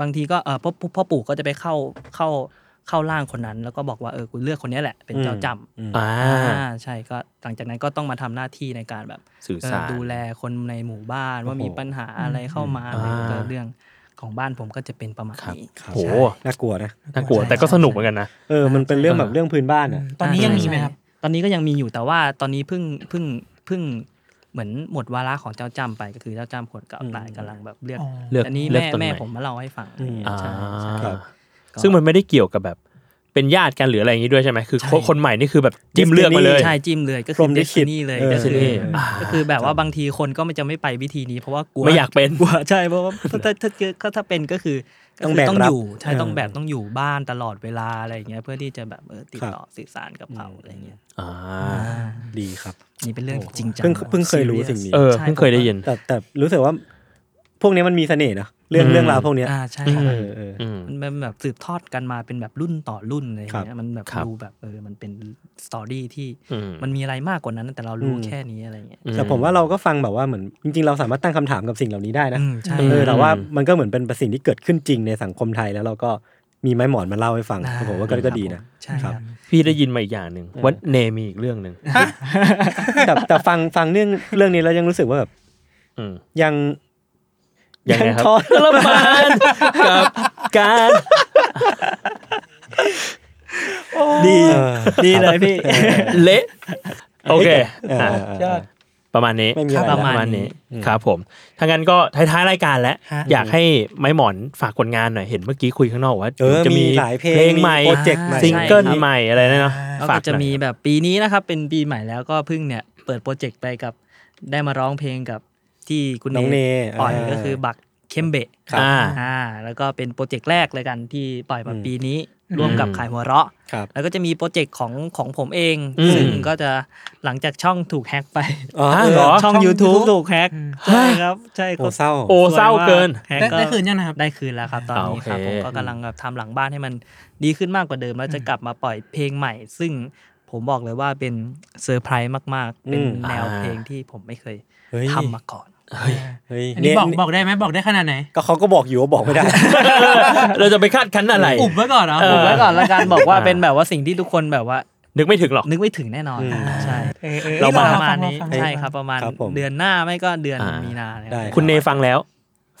บางทีก็เออพ่อพ่อปู่ก็จะไปเข้าเข้า เข้าร่างคนนั้น แล้วก็บอกว่าเออกูเลือกคนเนี้ยแหละเป็นเจ้าจ
อืม
ำ
อ่า
ใช่ก็หลังจากนั้นก็ต้องมาทำหน้าที่ในการแบบ
สื่อ
เอ่อ
สาร
ดูแลคนในหมู่บ้านว่า
โอ้โห
มีปัญหาอะไรเข้ามาอะไร
อ่า
ก็เรื่องของบ้านผมก็จะเป็นประมาณนี้
โห
น่ากลัวนะ
น่ากลัว
ใช่
แต่ก็สนุกเหมือนกันนะ
เออ มันเป็นเรื่องแบบเรื่องพื้นบ้าน
อื
อ่ะ
มตอนนี้ยังมีไหมครับ
ตอนนี้ก็ยังมีอยู่แต่ว่าตอนนี้เพิ่งเพิ่งเพิ่งเหมือนหมดวาระของเจ้าจำไปก็คือเจ้าจำคนเก่าตายกำลังแบบเลือก
อ๋อ
เลือก
อันนี้
เลือก
แม่
ต้นใหม่
แม่ผมมาเล่าให้ฟัง
อืม
อ่า
ใช่ใช่
ครับ
ก็
ซึ่งมันไม่ได้เกี่ยวกับแบบเป็นญาติกันหรืออะไรอย่างนี้ด้วยใช่ไหมคือ
ใช่
คนใหม่นี่คือแบบจิ้มเลือกมาเลย
ใช่จิ้มเลยก็
พ
คื
รห
อ
ม
เด
ลิขิ
ซิ
ต
นี่เลย
เออ
ก็คือ
อ่า
ก็คือแบบว่าบางทีคนก็มันจะไม่ไปวิธีนี้ เพราะว่ากลัว
ไม่อยากเป็น
กลัวใช่เพราะว่าถ้าถ้าถ้าเกิดถ้าถ้าเป็นก็คือก็
ต้อง
คื
แบก
ต้อง
รับ
อยู่ใช่
เออ
ต้องแบบต้องอยู่บ้านตลอดเวลาอะไรอย่างเงี้ยเพื่อที่จะแบบเออติด
ครับ
ต่อสื่อสารกับเขาอะไรอย่างเงี้ย
อ่า
ดีครับ
นี่เป็นเรื่องจริงจัง
เพิ่งเพิ่งเคยรู้สิ่งนี้
เออ
ใช่
เพิ่งเคยได้ยิน
แต่แต่รู้สึกว่า พวกนี้มันมีเสน่ห์เนอะเรื่อง
อืม
เรื่องราวพวกเนี้ย
อ่าใช่
อื
ครับ
เอ
ม
อเออ
อืม
มันเป็นแบบสืบทอดกันมาเป็นแบบรุ่นต่อรุ่นอะไรอย่างเงี้ยมันแบบ
ครับ
ดูแบบเออมันเป็นสตอรี่ที่
อืม
มันมีอะไรมากกว่านั้นแต่เรารู้
อืม
แค่นี้อะไรอย่างเงี้ย
แต่ผมว่าเราก็ฟังแบบว่าเหมือนจริงๆ เราสามารถตั้งคำถามกับสิ่งเหล่านี้ได้นะ
อืมใช่
เออแต่ว่า
อืม
มันก็เหมือนเป็นสิ่งที่เกิดขึ้นจริงในสังคมไทยแล้วเราก็มีไม้หมอนมาเล่าให้ฟังผมว่าก็ก็ดีนะ
ใช่ครับ
พี่ได้ยินมาอีกอย่างหนึ่งว่าเนมีอีกเรื่องหนึ่ง
แต่แต่ฟังฟังเรื่องเรื่องนี้แล้วยังรู้สึกว่าแบบ
อืม
ยัง
ยังไงครับ
ท้อ
ทรมานกับการ
ดี
ดีเลยพี่
เละโอเคอ่ะ
ยอด
ประมาณนี้
ไม่มีอะไร
ครับ
แล้ว
ประมาณนี้ครับผมถ้างั้นก็ท้ายๆรายการแล้ว
ฮะ
อยากให้ไม้หมอนฝากผลงานหน่อยเห็นเมื่อกี้คุยข้างนอกว่า
เออ
จะ
มีหลายเพลง
ใหม่
มีโปรเจกต์ใหม่
ซิงเกิล
ใช่ครับ
ใหม่อะไรนะเนาะ
แล้ว
ฝา
ก็
กห
จะ
น่อย
มีแบบปีนี้นะครับเป็นปีใหม่แล้วก็เพิ่งเนี่ยเปิดโปรเจกต์ไปกับได้มาร้องเพลงกับที่คุณ
น้องเน
ปล่อย
อ่า
ก็คือบักเคมเบะ
ครับอ่า
อ่าแล้วก็เป็นโปรเจกต์แรกเลยกันที่ปล่อยมาปีนี้
อืม
ร่วมกับขายหัวเราะ
ครับ
แล้วก็จะมีโปรเจกต์ของของผมเอง
อืม
ซึ่งก็จะหลังจากช่องถูกแฮ็กไป
อ๋อ
ฮะ
เออ
เหรอ
ช่อง YouTube ถูกแฮ็กใช่ครับใช่
โอ้เศร้า
โอ้เศร้าเกิน
แฮ็ก
ได้
ก็
ได้คืนยังนะครับ
ได้คืนแล้วครับตอน
อ่าโอ
นี้
เค
ครับผมก็กำลังแบบทำหลังบ้านให้มันดีขึ้นมากกว่าเดิม แล้วจะกลับมาปล่อยเพลงใหม่ ซึ่งผมบอกเลยว่าเป็นเซอร์ไพรส์มากๆ เป็น
อืม
แนว
อ่า
เพลงที่ผมไม่เคย
เฮ้ย
ทำมาก่อน
เฮ้ย
อันนี้บอก
เย
บอกได้ไหมบอกได้ขนาดไหน
ก็เขาก็บอกอยู่ว่าบอกไม่ได้
เราจะไปคาดคั้นอะไร
อุบไว้ก่อนเหรอ
เออ
ผมไว้ก่อนละกันบอกว่า
อ่า
เป็นแบบว่าสิ่งที่ทุกคนแบบว่า
นึกไม่ถึงหรอก
นึกไม่ถึงแน่นอน
อืม
ใช่
เออออ
เรา
ฟั
มาง ประมาณ
ฟัง
นี้
ฟัง
ใช่
ฟัง
ครับประมาณ
ครับผม
เดือนหน้าไม่ก็เดือน
อ่ามี
มีนาเนี่ย
ได้
รับ
คุณเนฟังแล้ว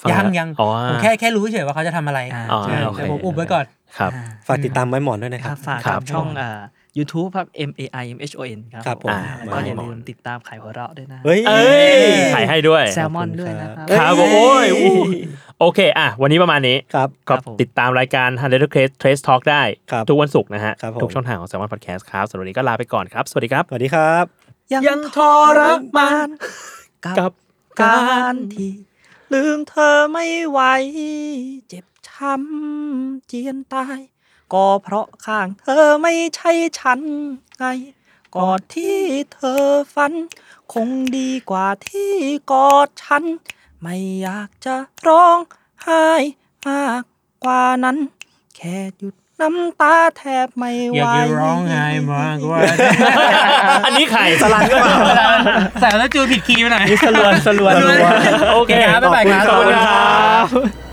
ฟั
ยัง
แล้ว
ยัง
อ๋อ
ผมแค่แค่รู้เฉยว่าเขาจะทำอะไร
อ่า
อ๋อ
ใช่
โอเค
แต่ผมอุบไว้ก่อน
ครับ
ฝากติดตามไม้หมอนด้วยนะ
ค
ค
รั
รั
บบ ฝาก
ครั
กั
บบ
ช่องอ่า YouTube ครับ M A I M H O N ครับ
ครับผม
อ่าแล้วก็
มา
อย่าลืมติดตามขายหัวเราะด้วยนะ
เฮ้ย
เอ้ยถ่ายให้ด้วย
แซลมอนด้วยนะครับ
ครับผมโอ้ยอู้โอเค อ่ะ วันนี้ประมาณนี้
ครับ
ก็
ครับผม
ติดตามรายการ h u n d r e d Trace Trace Talk ได้
ครับ
ทุกวันศุกร์นะฮะ
ครับผม
ทุกช่องทางของ s ซ l m o n Podcast ครับสำหรับวันนี้ก็ลาไปก่อนครับ สวัสดีครับ
สวัสดีครับ
ยังทรมาน
กั
กั
บบ กา
การ ร
ที่
ที่ ลืมเธอไม่ไหวเจ็บช้ำเจียนตาย ก็เพราะข้างเธอไม่ใช่ฉันไงกอดที่เธอฝัน คงดีกว่าที่กอดฉัน ไม่อยากจะร้องไห้มากกว่านั้น แค่หยุดน้ำตาแทบไม่ไหว
อยากจะร้องไห้มากกว่า
อันนี้ใครสลัน
ใส่แล้วจูนผิดคีย์ไปหน่อย
สลวนสลวน
สลวน
โอเค
ครับบ๊ายบายครับ
ขอบคุณครับ